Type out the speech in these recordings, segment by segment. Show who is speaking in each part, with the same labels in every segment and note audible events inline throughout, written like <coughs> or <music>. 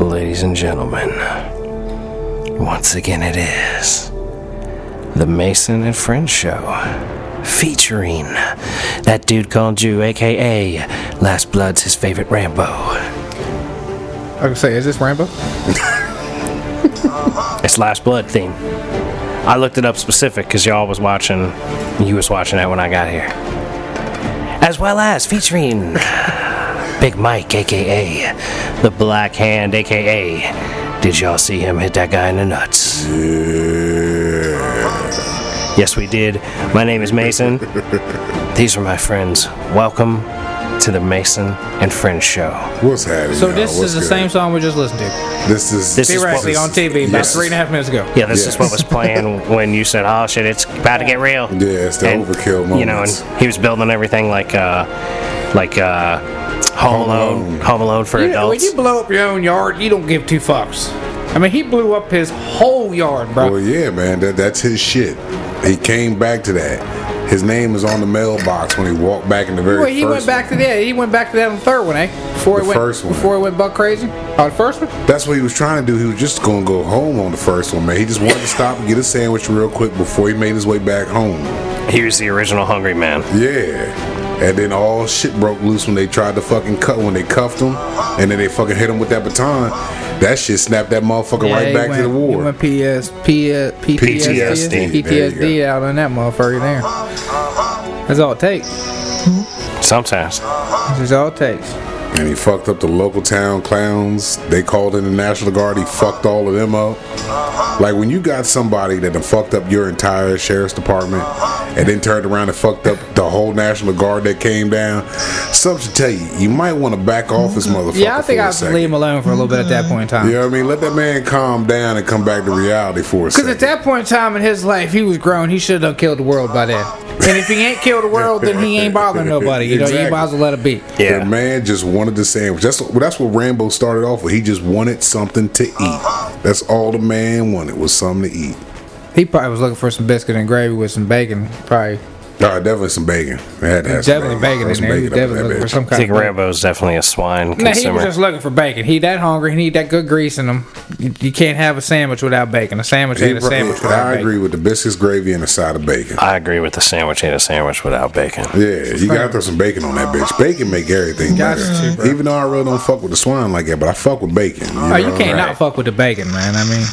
Speaker 1: Ladies and gentlemen, once again it is the Mason and Friend Show featuring that dude called Jew, aka Last Blood's his favorite Rambo.
Speaker 2: I was gonna say, is this Rambo?
Speaker 1: It's Last Blood theme. I looked it up specific because y'all was watching, you was watching that when I got here. As well as featuring Big Mike, aka the Black Hand, aka Did y'all see him hit that guy in the nuts? Yes, we did. My name is Mason. These are my friends. Welcome to the Mason and Friends Show.
Speaker 3: What's happening?
Speaker 2: So
Speaker 3: y'all?
Speaker 2: this
Speaker 3: What's
Speaker 2: is the
Speaker 3: good?
Speaker 2: same song we just listened to.
Speaker 3: This is
Speaker 1: This is
Speaker 2: Theoretically
Speaker 1: what-
Speaker 2: on TV about
Speaker 3: Yes.
Speaker 2: three and a half minutes ago.
Speaker 1: Yeah, this is
Speaker 3: Yes.
Speaker 1: what was playing
Speaker 3: <laughs>
Speaker 1: when you said, "Oh shit, it's about to get real."
Speaker 3: Yeah, it's the overkill
Speaker 1: You know,
Speaker 3: moments.
Speaker 1: and he was building everything like, uh, like uh, Home Alone, Home Alone for
Speaker 2: You- when
Speaker 1: adults.
Speaker 2: you blow up your own yard, you don't give two fucks. I mean, he blew up his whole yard, bro.
Speaker 3: Well, yeah, man, that, that's his shit. He came back to that. His name was on the mailbox when he walked back in the very
Speaker 2: Well, he went
Speaker 3: first
Speaker 2: back to that. He went back to that on the third one, eh? Before
Speaker 3: The
Speaker 2: he went,
Speaker 3: first one.
Speaker 2: before he went buck crazy. Oh, the first one.
Speaker 3: one. That's what he was trying to do. He was just going to go home on the first one, man. He just wanted to stop and get a sandwich real quick before he made his way back home.
Speaker 1: he was the original Hungry Man.
Speaker 3: Yeah. And then all shit broke loose when they tried to fucking cut when they cuffed him, and then they fucking hit him with that baton. That shit snapped that motherfucker
Speaker 2: Yeah,
Speaker 3: right
Speaker 2: he
Speaker 3: back
Speaker 2: went,
Speaker 3: to the
Speaker 2: He
Speaker 3: war.
Speaker 2: went PS, P, uh, PTSD,
Speaker 3: PTSD, there you
Speaker 2: PTSD out on that motherfucker there. That's all it takes.
Speaker 1: Sometimes
Speaker 2: That's all it takes.
Speaker 3: And he fucked up the local town clowns. They called in the National Guard. He fucked all of them up. Like when you got somebody that done fucked up your entire sheriff's department and then turned around and fucked up the whole National Guard that came down, something should tell you, you might want to back off this motherfucker.
Speaker 2: Yeah, I think
Speaker 3: for a
Speaker 2: I should
Speaker 3: second.
Speaker 2: leave him alone for a little bit at that point in time.
Speaker 3: You know what I mean? Let that man calm down and come back to reality for a
Speaker 2: Because at
Speaker 3: second.
Speaker 2: that point in time in his life, he was grown. He should have killed the world by then. And if he ain't killed the world, then he ain't bothering nobody. You know, you
Speaker 3: Exactly.
Speaker 2: might as well let it be.
Speaker 1: Yeah.
Speaker 3: The man just wanted the sandwich. That's that's what Rambo started off with. He just wanted something to eat. That's all the man wanted was something to eat.
Speaker 2: He probably was looking for some biscuit and gravy with some bacon. Probably
Speaker 3: Nah, definitely some bacon. They had to have some
Speaker 2: definitely bacon
Speaker 3: Throw
Speaker 2: in
Speaker 3: some
Speaker 2: there. He was definitely
Speaker 3: up in that
Speaker 2: looking for
Speaker 3: bitch.
Speaker 1: I
Speaker 2: some kind
Speaker 1: think
Speaker 2: of. Bacon.
Speaker 1: Rambo's definitely a swine
Speaker 2: No, he was
Speaker 1: consumer.
Speaker 2: just looking for bacon. He that hungry. He need that good grease in him. You, you can't have a sandwich without bacon. A sandwich ain't a
Speaker 3: He brought-
Speaker 2: sandwich without
Speaker 3: I
Speaker 2: bacon.
Speaker 3: agree with the biscuits, gravy, and a side of bacon.
Speaker 1: I agree with the sandwich. Ain't a sandwich without bacon.
Speaker 2: Oh,
Speaker 3: Yeah, you gotta throw some bacon on that bitch. Bacon make everything
Speaker 2: Got
Speaker 3: better.
Speaker 2: to, bro.
Speaker 3: Even though I really don't fuck with the swine like that, but I fuck with bacon. You
Speaker 2: Oh, you
Speaker 3: know?
Speaker 2: can't not fuck with the bacon, man. I mean,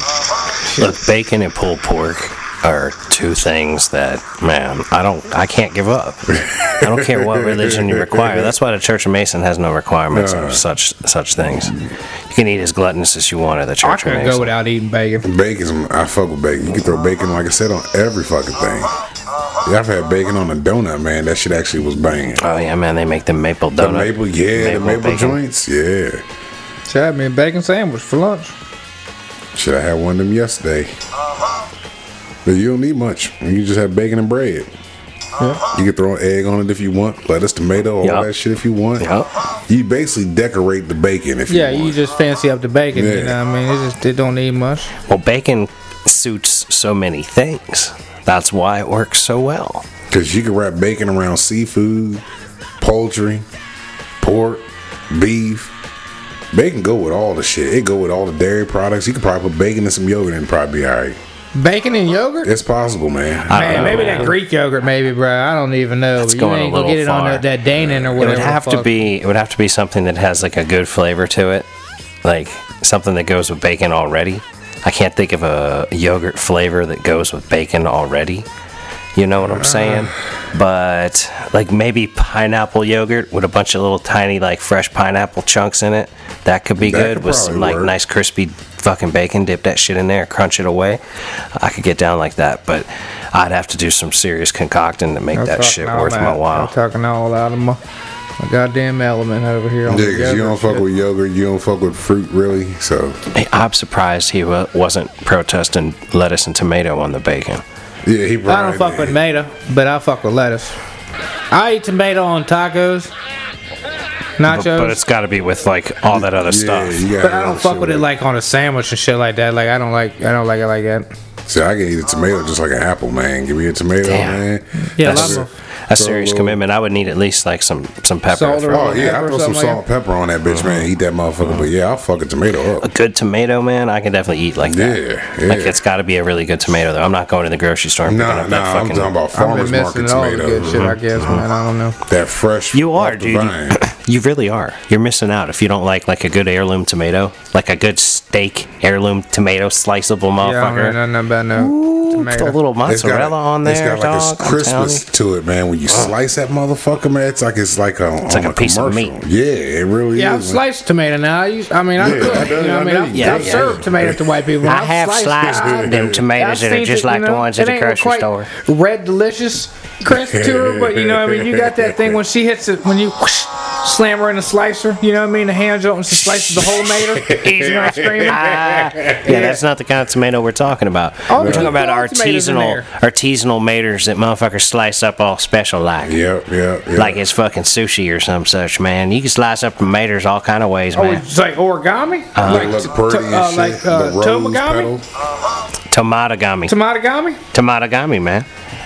Speaker 1: Look, bacon and pulled pork are two things that man, I don't, I can't give up. I don't care what religion you require. That's why the Church of Mason has no requirements
Speaker 3: Uh.
Speaker 1: of such such things. You can eat as gluttonous as you want at the
Speaker 2: I
Speaker 1: Church of
Speaker 2: could go
Speaker 1: Mason.
Speaker 2: without eating bacon.
Speaker 3: Bacon's, I fuck with bacon. You can throw bacon, like I said, on every fucking thing. Yeah, I've had bacon on a donut, man. That shit actually was banging.
Speaker 1: Oh yeah, man, they make the maple donut.
Speaker 3: The maple, yeah, the maple
Speaker 1: bacon.
Speaker 3: joints, yeah.
Speaker 2: Should I have me a bacon sandwich for lunch.
Speaker 3: Should I had one of them yesterday? But you don't need much. You just have bacon and bread. You can throw an egg on it if you want, lettuce, tomato, all
Speaker 1: Yup.
Speaker 3: that shit if you want.
Speaker 1: Yup.
Speaker 3: You basically decorate the bacon if
Speaker 2: Yeah,
Speaker 3: you
Speaker 2: you
Speaker 3: want.
Speaker 2: just fancy up the bacon. You
Speaker 3: Yeah.
Speaker 2: know what I mean? It just it don't need much.
Speaker 1: Well, bacon suits so many things. That's why it works so well.
Speaker 3: Because you can wrap bacon around seafood, poultry, pork, beef. Bacon go with all the shit. It go with all the dairy products. You could probably put bacon and some yogurt and probably be all right.
Speaker 2: Bacon and yogurt?
Speaker 3: It's possible, man.
Speaker 1: I don't
Speaker 2: Man,
Speaker 1: know,
Speaker 2: maybe
Speaker 1: man.
Speaker 2: that Greek yogurt, maybe, bro. I don't even know. you
Speaker 1: going a
Speaker 2: ain't gonna
Speaker 1: little
Speaker 2: get it on
Speaker 1: far.
Speaker 2: that, that Danon or
Speaker 1: It
Speaker 2: whatever.
Speaker 1: would
Speaker 2: the
Speaker 1: have to
Speaker 2: fuck.
Speaker 1: be. It would have to be something that has like a good flavor to it, like something that goes with bacon already. I can't think of a yogurt flavor that goes with bacon already. You know what I'm saying? But like maybe pineapple yogurt with a bunch of little tiny like fresh pineapple chunks in it. That could be
Speaker 3: That
Speaker 1: good
Speaker 3: could
Speaker 1: with some
Speaker 3: probably
Speaker 1: like
Speaker 3: work.
Speaker 1: nice crispy fucking bacon. Dip that shit in there, crunch it away. I could get down like that, but I'd have to do some serious concocting to make
Speaker 2: I'm
Speaker 1: that
Speaker 2: talking
Speaker 1: shit
Speaker 2: all
Speaker 1: worth
Speaker 2: out-
Speaker 1: my while.
Speaker 2: I'm talking all out of my, my goddamn element over here. On
Speaker 3: Yeah,
Speaker 2: the
Speaker 3: 'cause you don't
Speaker 2: yogurt
Speaker 3: fuck
Speaker 2: shit.
Speaker 3: with yogurt. You don't fuck with fruit, really. So,
Speaker 1: I'm surprised he wa- wasn't protesting lettuce and tomato on the bacon.
Speaker 3: yeah, he probably.
Speaker 2: I don't fuck with tomato, but I fuck with lettuce. I eat tomato on tacos,
Speaker 1: But,
Speaker 2: nachos,
Speaker 1: but
Speaker 2: but,
Speaker 1: it's got to be with like all that other
Speaker 3: Yeah,
Speaker 1: stuff.
Speaker 3: you gotta
Speaker 2: I
Speaker 3: have
Speaker 2: don't fuck
Speaker 3: shit
Speaker 2: with it like on a sandwich and shit like that. Like I don't like, I don't like it like that.
Speaker 3: See, I can eat a tomato just like an apple, man. Give me a tomato,
Speaker 1: Damn.
Speaker 3: man.
Speaker 2: Yeah,
Speaker 1: That's
Speaker 2: love 'em.
Speaker 1: a
Speaker 3: So,
Speaker 1: serious
Speaker 3: uh,
Speaker 1: commitment. I would need at least like some some
Speaker 2: Salt
Speaker 1: pepper.
Speaker 2: or-
Speaker 3: Oh yeah,
Speaker 2: Pepper
Speaker 3: I
Speaker 2: or something
Speaker 3: throw some
Speaker 2: like Uh-huh.
Speaker 3: salt and pepper on that bitch, man. Eat that motherfucker. But yeah, I'll fuck a tomato up.
Speaker 1: A good tomato, man. I can definitely eat like that.
Speaker 3: Yeah, yeah.
Speaker 1: Like it's got to be a really good tomato though. I'm not going to the grocery store and picking
Speaker 3: Nah,
Speaker 1: up
Speaker 3: nah.
Speaker 1: that
Speaker 3: I'm
Speaker 1: fucking.
Speaker 3: talking about
Speaker 2: I've been
Speaker 3: farmers
Speaker 2: missing
Speaker 3: market Mm-hmm.
Speaker 2: all the good
Speaker 3: tomatoes.
Speaker 2: shit, I guess, man. I don't know.
Speaker 3: That fresh.
Speaker 1: You are,
Speaker 3: off the
Speaker 1: dude.
Speaker 3: vine.
Speaker 1: You really are. You're missing out if you don't like like a good heirloom tomato, like a good steak heirloom tomato sliceable
Speaker 2: Yeah, I don't know
Speaker 1: motherfucker.
Speaker 2: nothing about no
Speaker 1: Ooh, put a
Speaker 2: tomato.
Speaker 1: little
Speaker 3: It's got a-
Speaker 1: mozzarella on there,
Speaker 3: It's got like
Speaker 1: dog.
Speaker 3: a
Speaker 1: I'm telling
Speaker 3: crispness
Speaker 1: you.
Speaker 3: to it, man. When you slice that motherfucker, man, it's like it's like a it's
Speaker 1: like a piece of meat.
Speaker 3: Yeah, it really
Speaker 2: Yeah, I've
Speaker 3: is. man.
Speaker 2: sliced tomato now. I, used, I mean, I
Speaker 3: Yeah,
Speaker 2: cook.
Speaker 3: I know-
Speaker 2: you know what I
Speaker 3: I
Speaker 2: mean?
Speaker 3: know
Speaker 2: I've,
Speaker 3: you
Speaker 2: I've
Speaker 1: do.
Speaker 2: served tomatoes to white people.
Speaker 1: I
Speaker 2: I've
Speaker 1: have sliced
Speaker 2: it.
Speaker 1: them tomatoes
Speaker 2: I've
Speaker 1: that are
Speaker 2: seen
Speaker 1: just
Speaker 2: it,
Speaker 1: like
Speaker 2: you
Speaker 1: the
Speaker 2: know,
Speaker 1: ones at
Speaker 2: it
Speaker 1: the
Speaker 2: ain't no
Speaker 1: grocery
Speaker 2: quite
Speaker 1: store.
Speaker 2: Red delicious crisp to it, but you know what I mean. You got that thing when she hits it when you whoosh, slam her in the slicer. You know what I mean? The hands open, she slices the
Speaker 1: <laughs>
Speaker 2: whole tomato. you know what I'm screaming?
Speaker 1: Ah, yeah, that's not the kind of tomato we're talking about.
Speaker 2: Oh,
Speaker 1: we're
Speaker 2: there's
Speaker 1: talking about
Speaker 2: dog tomatoes in
Speaker 1: artisanal
Speaker 2: there.
Speaker 1: artisanal maters that motherfuckers slice up all special like.
Speaker 3: Yep, yep, yep.
Speaker 1: Like it's fucking sushi or some such, man. You can slice up tomatoes all kind of ways,
Speaker 2: Oh,
Speaker 1: man. Uh-huh.
Speaker 2: it's like origami,
Speaker 3: Like look pretty and
Speaker 2: uh,
Speaker 3: shit.
Speaker 2: like, uh,
Speaker 3: the rose
Speaker 2: toboggan?
Speaker 3: petal.
Speaker 1: Tomatogami.
Speaker 2: tomatogami.
Speaker 1: Tomatogami, man.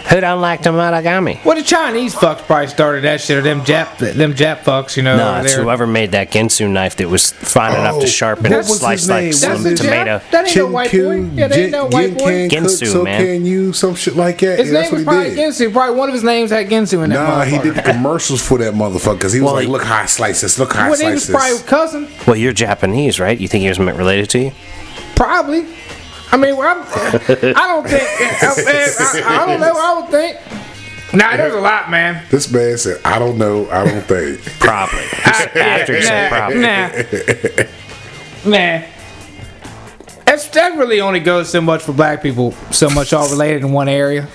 Speaker 1: Who don't like tomatogami?
Speaker 2: Well, the Chinese fucks probably started that shit, or them Jap, them Jap fucks, you know.
Speaker 1: No,
Speaker 2: over
Speaker 1: it's
Speaker 2: Oh, there.
Speaker 1: whoever made that Ginsu knife that was fine enough to
Speaker 3: Oh,
Speaker 1: sharpen
Speaker 3: what
Speaker 1: and
Speaker 3: was his
Speaker 1: slice
Speaker 3: name?
Speaker 1: like
Speaker 3: That's
Speaker 1: some
Speaker 2: a Jap?
Speaker 1: tomato.
Speaker 2: That ain't no white boy.
Speaker 3: Chinku,
Speaker 2: Yeah, that ain't no
Speaker 3: Jin-
Speaker 2: white boy.
Speaker 3: Jinkan cook,
Speaker 1: Ginsu,
Speaker 3: so
Speaker 1: man.
Speaker 3: can you some shit like
Speaker 2: His
Speaker 3: that? yeah,
Speaker 2: name
Speaker 3: that's
Speaker 2: was
Speaker 3: what
Speaker 2: probably
Speaker 3: he did.
Speaker 2: Ginsu. Probably one of his names had Ginsu in that.
Speaker 3: Nah, he
Speaker 2: motherfucker. <laughs>
Speaker 3: did the commercials for that motherfucker because he was
Speaker 1: Well,
Speaker 3: like,
Speaker 1: he-
Speaker 3: "Look how I slice this. Look how I
Speaker 2: Well, he
Speaker 3: slice
Speaker 2: was probably
Speaker 3: this."
Speaker 2: cousin,
Speaker 1: Well, you're Japanese, right? You think he was related to you?
Speaker 2: probably. I mean, well, I'm, I don't think. I, I, I don't know. I would think. Nah, there's a lot, man.
Speaker 3: This man said, "I don't know. I don't think."
Speaker 2: <laughs>
Speaker 1: <laughs> Probably. After he said probably.
Speaker 2: nah, nah, nah. That's, that really only goes so much for black people, so much all related in one area.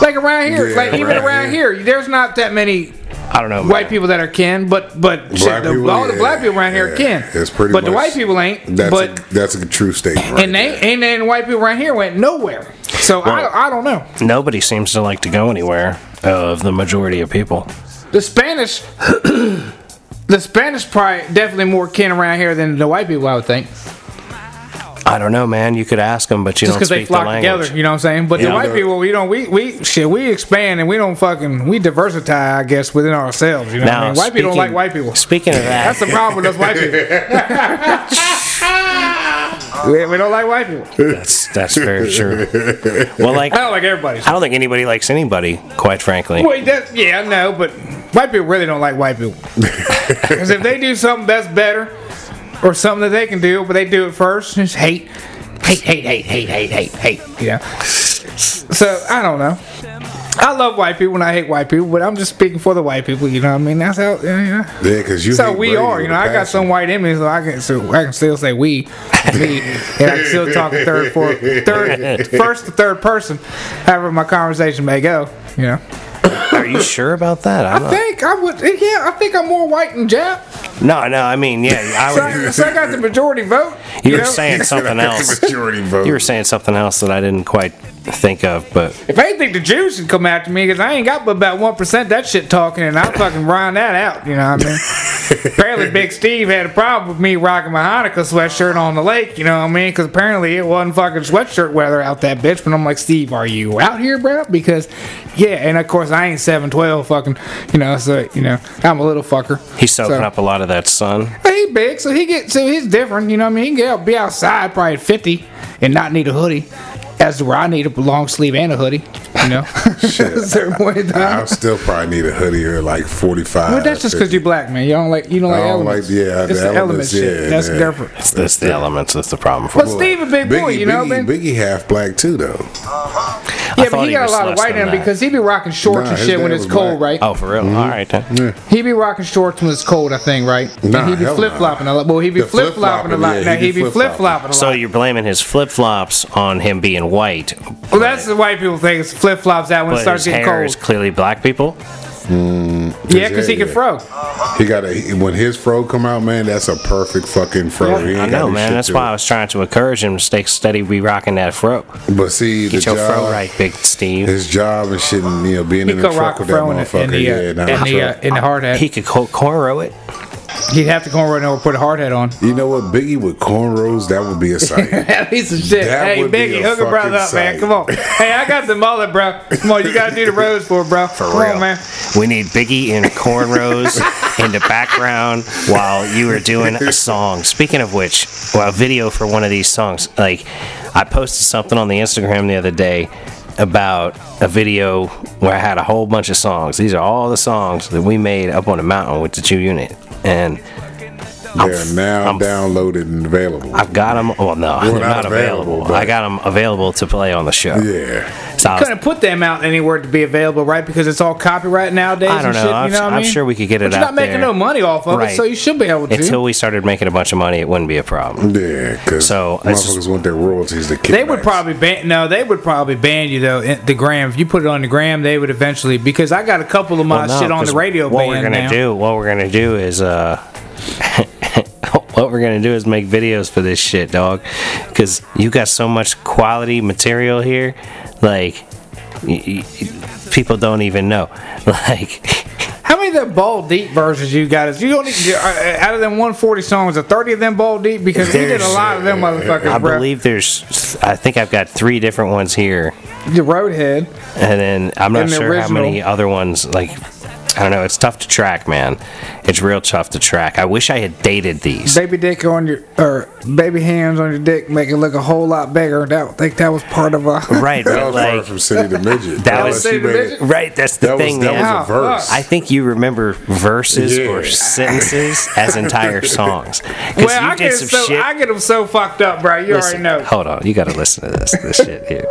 Speaker 2: Like around here,
Speaker 3: Uh-huh. Yeah,
Speaker 2: like even
Speaker 3: around
Speaker 2: around here. there's not that many
Speaker 1: I don't know.
Speaker 2: white
Speaker 1: man.
Speaker 2: people that are kin, but but shit,
Speaker 3: Black
Speaker 2: the,
Speaker 3: people,
Speaker 2: all the
Speaker 3: yeah,
Speaker 2: black people around here are
Speaker 3: yeah.
Speaker 2: kin.
Speaker 3: It's pretty
Speaker 2: but the
Speaker 3: much-
Speaker 2: white people ain't.
Speaker 3: That's
Speaker 2: but
Speaker 3: a, that's a true statement. Right
Speaker 2: and they
Speaker 3: there.
Speaker 2: and then the white people around here went nowhere. So
Speaker 1: Well-
Speaker 2: I, I don't know.
Speaker 1: Nobody seems to like to go anywhere of the majority of people.
Speaker 2: The Spanish, <clears throat> the Spanish probably definitely more kin around here than the white people. I would think just
Speaker 1: I don't know, man. You could ask them, but you don't
Speaker 2: because
Speaker 1: speak
Speaker 2: they flock
Speaker 1: the language.
Speaker 2: together. You know what I'm saying? But
Speaker 1: Yeah.
Speaker 2: the white people, you know, we we shit, we expand and we don't fucking we diversify. I guess within ourselves. You know, what I mean? white people don't like
Speaker 1: speaking-
Speaker 2: white people.
Speaker 1: Speaking of that,
Speaker 2: That's the problem with us white
Speaker 1: <laughs>
Speaker 2: people. <laughs> we, we don't like white people.
Speaker 1: that's that's very true. Well,
Speaker 2: <laughs>
Speaker 1: like
Speaker 2: I don't like everybody.
Speaker 1: I don't think anybody likes anybody, quite frankly.
Speaker 2: Wait, that, yeah, I know, but white people really don't like white
Speaker 3: <laughs>
Speaker 2: people. Because if they do something that's better or something that they can do, but they do it first, it's hate. Hate, hate, hate, hate, hate, hate, hate. You know? So, I don't know. I love white people and I hate white people, but I'm just speaking for the white people, you know what I mean? That's how, you know.
Speaker 3: Yeah, because you.
Speaker 2: That's how
Speaker 3: hate
Speaker 2: we
Speaker 3: Brady
Speaker 2: are,
Speaker 3: with
Speaker 2: you
Speaker 3: a
Speaker 2: know. I got
Speaker 3: passion.
Speaker 2: some
Speaker 3: <laughs>
Speaker 2: white in me, so I can so I can still say we, me, and I can still talk in third, fourth,
Speaker 3: <laughs>
Speaker 2: third, first to third person, however my conversation may go, you know.
Speaker 1: Are
Speaker 2: <laughs>
Speaker 1: you sure about that? I'm
Speaker 2: I think I would. Yeah, I think I'm more white than Jap.
Speaker 1: No, no. I mean, yeah.
Speaker 2: So
Speaker 1: I <laughs>
Speaker 2: I, so I got the majority vote.
Speaker 1: would, you were
Speaker 2: know?
Speaker 1: saying
Speaker 2: <laughs>
Speaker 1: something else.
Speaker 3: Majority vote.
Speaker 1: You were saying something else that I didn't quite think of, but
Speaker 2: If anything, the Jews should come after me because I ain't got but about one percent that shit talking, and I'm fucking round that out. You know what I mean? apparently, Big Steve had a problem with me rocking my Hanukkah sweatshirt on the lake. You know what I mean? Because apparently it wasn't fucking sweatshirt weather out that bitch. But I'm like, Steve, are you out here, bro? Because yeah, and of course I ain't seven twelve, fucking. You know, so you know I'm a little fucker.
Speaker 1: he's soaking
Speaker 2: So-
Speaker 1: up a lot of that sun.
Speaker 2: But he big, so he get so he's different. You know what I mean? He can get out, be outside probably at fifty and not need a hoodie, as to where I need a long sleeve and a hoodie. You know,
Speaker 3: <laughs>
Speaker 2: <laughs>
Speaker 3: Shit.
Speaker 2: Certain point in time.
Speaker 3: I still probably need a hoodie or like forty five.
Speaker 2: But that's just because you black man. You don't like you don't
Speaker 3: I
Speaker 2: like
Speaker 3: don't
Speaker 2: elements.
Speaker 3: like- yeah,
Speaker 2: it's
Speaker 3: the
Speaker 2: the element
Speaker 3: elements,
Speaker 2: shit.
Speaker 3: yeah,
Speaker 2: that's
Speaker 3: yeah.
Speaker 2: different.
Speaker 1: It's, it's the elements that's the problem for
Speaker 2: But
Speaker 1: me.
Speaker 2: Steve a big boy,
Speaker 3: Biggie,
Speaker 2: you know,
Speaker 3: Biggie,
Speaker 2: man.
Speaker 3: Biggie half black too though.
Speaker 2: yeah,
Speaker 1: thought
Speaker 2: but he
Speaker 1: he
Speaker 2: got
Speaker 1: was
Speaker 2: a lot of
Speaker 1: less
Speaker 2: white
Speaker 1: than
Speaker 2: in him
Speaker 1: that.
Speaker 2: because Mm-hmm. he be rocking shorts
Speaker 3: Nah,
Speaker 2: and
Speaker 3: his
Speaker 2: shit
Speaker 3: dad
Speaker 2: when it's
Speaker 3: was
Speaker 2: cold,
Speaker 3: black.
Speaker 2: right?
Speaker 1: Oh, for real? All right. then.
Speaker 2: He be rocking shorts when it's cold, I think, right?
Speaker 3: Nah,
Speaker 2: and he be
Speaker 3: hell
Speaker 2: flip flopping
Speaker 3: nah.
Speaker 2: a lot. Well, he be
Speaker 3: The
Speaker 2: flip flopping a lot.
Speaker 3: flip-flopping,
Speaker 2: now
Speaker 3: yeah,
Speaker 2: he be flip flopping a lot.
Speaker 1: So you're blaming his flip flops on him being white,
Speaker 2: well, that's the white people thing. It's flip flops out when it
Speaker 1: but
Speaker 2: starts
Speaker 1: his
Speaker 2: getting
Speaker 1: hair
Speaker 2: cold.
Speaker 1: is clearly black people.
Speaker 2: Yeah, because he can fro.
Speaker 3: He got a he- when his fro come out, man. That's a perfect fucking fro. He ain't
Speaker 1: I
Speaker 3: got
Speaker 1: know,
Speaker 3: no
Speaker 1: man.
Speaker 3: shit
Speaker 1: That's
Speaker 3: to
Speaker 1: why I
Speaker 3: it.
Speaker 1: was trying to encourage him to stay steady, be rocking that fro.
Speaker 3: But see, the
Speaker 1: Get your
Speaker 3: job,
Speaker 1: fro right, Big Steve.
Speaker 3: his job and shit, and you know, being
Speaker 2: He
Speaker 3: in the
Speaker 2: could rock
Speaker 3: truck
Speaker 2: a
Speaker 3: with that
Speaker 2: fro in the
Speaker 3: motherfucker.
Speaker 2: in the, uh,
Speaker 3: yeah, nah,
Speaker 2: in, the uh,
Speaker 3: truck.
Speaker 2: in the hard hat.
Speaker 1: He could co- corrow it.
Speaker 2: He'd have to cornrow and put a hard hat on.
Speaker 3: You know what, Biggie with cornrows, that would be a
Speaker 2: <laughs>
Speaker 3: sight.
Speaker 2: That piece of shit.
Speaker 3: That
Speaker 2: hey,
Speaker 3: would be
Speaker 2: Biggie,
Speaker 3: a
Speaker 2: hook a brother
Speaker 3: fucking
Speaker 2: up, man.
Speaker 3: sight.
Speaker 2: Come
Speaker 3: <laughs>
Speaker 2: on. Hey, I got the mullet, bro. Come on, you gotta do the roads for, it, bro.
Speaker 1: For
Speaker 2: Come
Speaker 1: real,
Speaker 2: on, man.
Speaker 1: We need Biggie in
Speaker 2: <laughs>
Speaker 1: cornrows in the background while you are doing a song. Speaking of which, well, a video for one of these songs. Like, I posted something on the Instagram the other day about a video where I had a whole bunch of songs. These are all the songs that we made up on the mountain with the two unit, and
Speaker 3: They're now
Speaker 1: I'm-
Speaker 3: downloaded and available.
Speaker 1: I've got them. Well, no,
Speaker 3: Well,
Speaker 1: they're
Speaker 3: not
Speaker 1: not available.
Speaker 3: available, but-
Speaker 1: I got them available to play on the show.
Speaker 3: yeah.
Speaker 1: So I was
Speaker 2: Couldn't put them out anywhere to be available, right? Because it's all copyright nowadays.
Speaker 1: I don't
Speaker 2: and
Speaker 1: know.
Speaker 2: Shit, you
Speaker 1: I'm,
Speaker 2: know what I
Speaker 1: I'm
Speaker 2: mean?
Speaker 1: sure we could get it
Speaker 2: But you're
Speaker 1: out
Speaker 2: not making
Speaker 1: there.
Speaker 2: no money off of
Speaker 1: Right.
Speaker 2: it, so you should be able to.
Speaker 1: Until we started making a bunch of money, it wouldn't be a problem.
Speaker 3: Yeah, because
Speaker 1: So, it's
Speaker 3: motherfuckers want their royalties to kick
Speaker 2: They would probably ban. No, they would probably ban you though. in- The gram, if you put it on the gram, they would eventually. Because I got a couple of my
Speaker 1: Well, no,
Speaker 2: shit on the
Speaker 1: 'cause
Speaker 2: radio.
Speaker 1: What
Speaker 2: band
Speaker 1: we're gonna
Speaker 2: now.
Speaker 1: do? What we're gonna do is uh, <laughs> what we're gonna do is make videos for this shit, dog. Because you got so much quality material here, like y- y- people don't even know. <laughs> Like
Speaker 2: How many of them ball deep versions you got? Is you don't need uh, uh, out of them 140 songs, are 30 of them ball deep because we did a lot of them motherfuckers.
Speaker 1: uh, I
Speaker 2: bro.
Speaker 1: believe there's, I think I've got three different ones here,
Speaker 2: the Roadhead.
Speaker 1: and then I'm not
Speaker 2: And the
Speaker 1: sure how many
Speaker 2: original.
Speaker 1: other ones like. I don't know. It's tough to track, man. It's real tough to track. I wish I had dated these.
Speaker 2: baby dick on your or baby hands on your dick make it look a whole lot bigger. That I think that was part of a
Speaker 1: <laughs> right,
Speaker 3: That
Speaker 1: but
Speaker 3: was
Speaker 1: like
Speaker 3: part from City to Midget.
Speaker 1: That was
Speaker 3: Unless you
Speaker 2: City to
Speaker 3: made it-
Speaker 2: Midget?
Speaker 1: Right, that's the
Speaker 3: That
Speaker 1: thing.
Speaker 3: was,
Speaker 1: man.
Speaker 3: that was a
Speaker 2: Wow,
Speaker 3: verse.
Speaker 2: fuck.
Speaker 1: I think you remember verses
Speaker 3: Yeah.
Speaker 1: or sentences as
Speaker 2: <laughs>
Speaker 1: entire songs. 'Cause
Speaker 2: Well,
Speaker 1: you
Speaker 2: I
Speaker 1: did
Speaker 2: get
Speaker 1: some
Speaker 2: so
Speaker 1: shit-
Speaker 2: I get them so fucked up, bro. You
Speaker 1: Listen,
Speaker 2: already know.
Speaker 1: Hold on, you gotta listen to this. This shit here.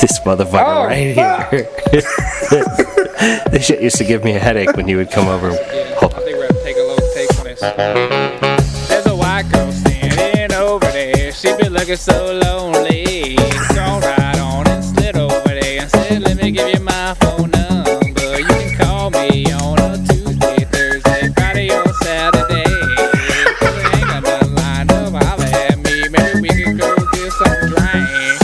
Speaker 1: This motherfucker
Speaker 2: Oh,
Speaker 1: right
Speaker 2: fuck.
Speaker 1: here. <laughs> this shit used to give me a headache when you would come over. <laughs> Hold on.
Speaker 2: think we're gonna take a little take on this. There's a white girl standing over there. She been looking so lonely. Call right on and slid over there and said, "Let me give you my phone number. You can call me on a Tuesday, Thursday, Friday, or Saturday. If you ain't got nothing lined up, holla at me. Maybe we can go get some drink."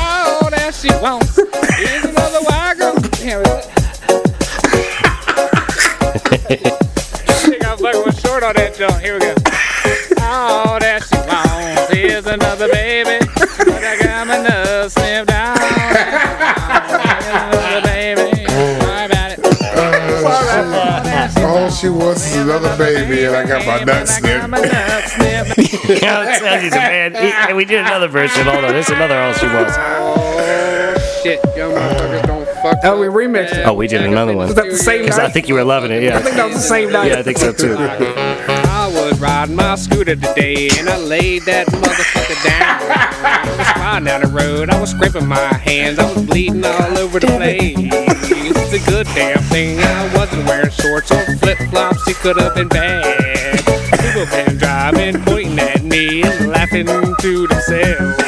Speaker 2: All that she wants is another white girl. Damn it. I think I'm fucking with short on that joint. Here we go. All that she wants is another baby. But I got my nose snipped down. Another baby. Sorry about it.
Speaker 3: All she wants is another baby, and I got my
Speaker 4: <laughs>
Speaker 3: nuts snipped.
Speaker 2: snipped.
Speaker 1: I'll tell you, man. He- We did another version. Hold on. There's another all she wants.
Speaker 4: Shit, y'all motherfuckers don't fuck.
Speaker 2: Oh, we remixed it.
Speaker 1: Oh, we did another one.
Speaker 2: Was that the same
Speaker 1: Because I
Speaker 2: night?
Speaker 1: think you were loving it.
Speaker 2: I think
Speaker 1: Yeah.
Speaker 2: that was the same night.
Speaker 1: Yeah, I think so too.
Speaker 4: I was riding my scooter today and I laid that motherfucker down. I was flying down the road, I was scraping my hands, I was bleeding all over the place. It's a good damn thing I wasn't wearing shorts or flip flops, it could have been bad. People been driving, pointing at me and laughing to themselves.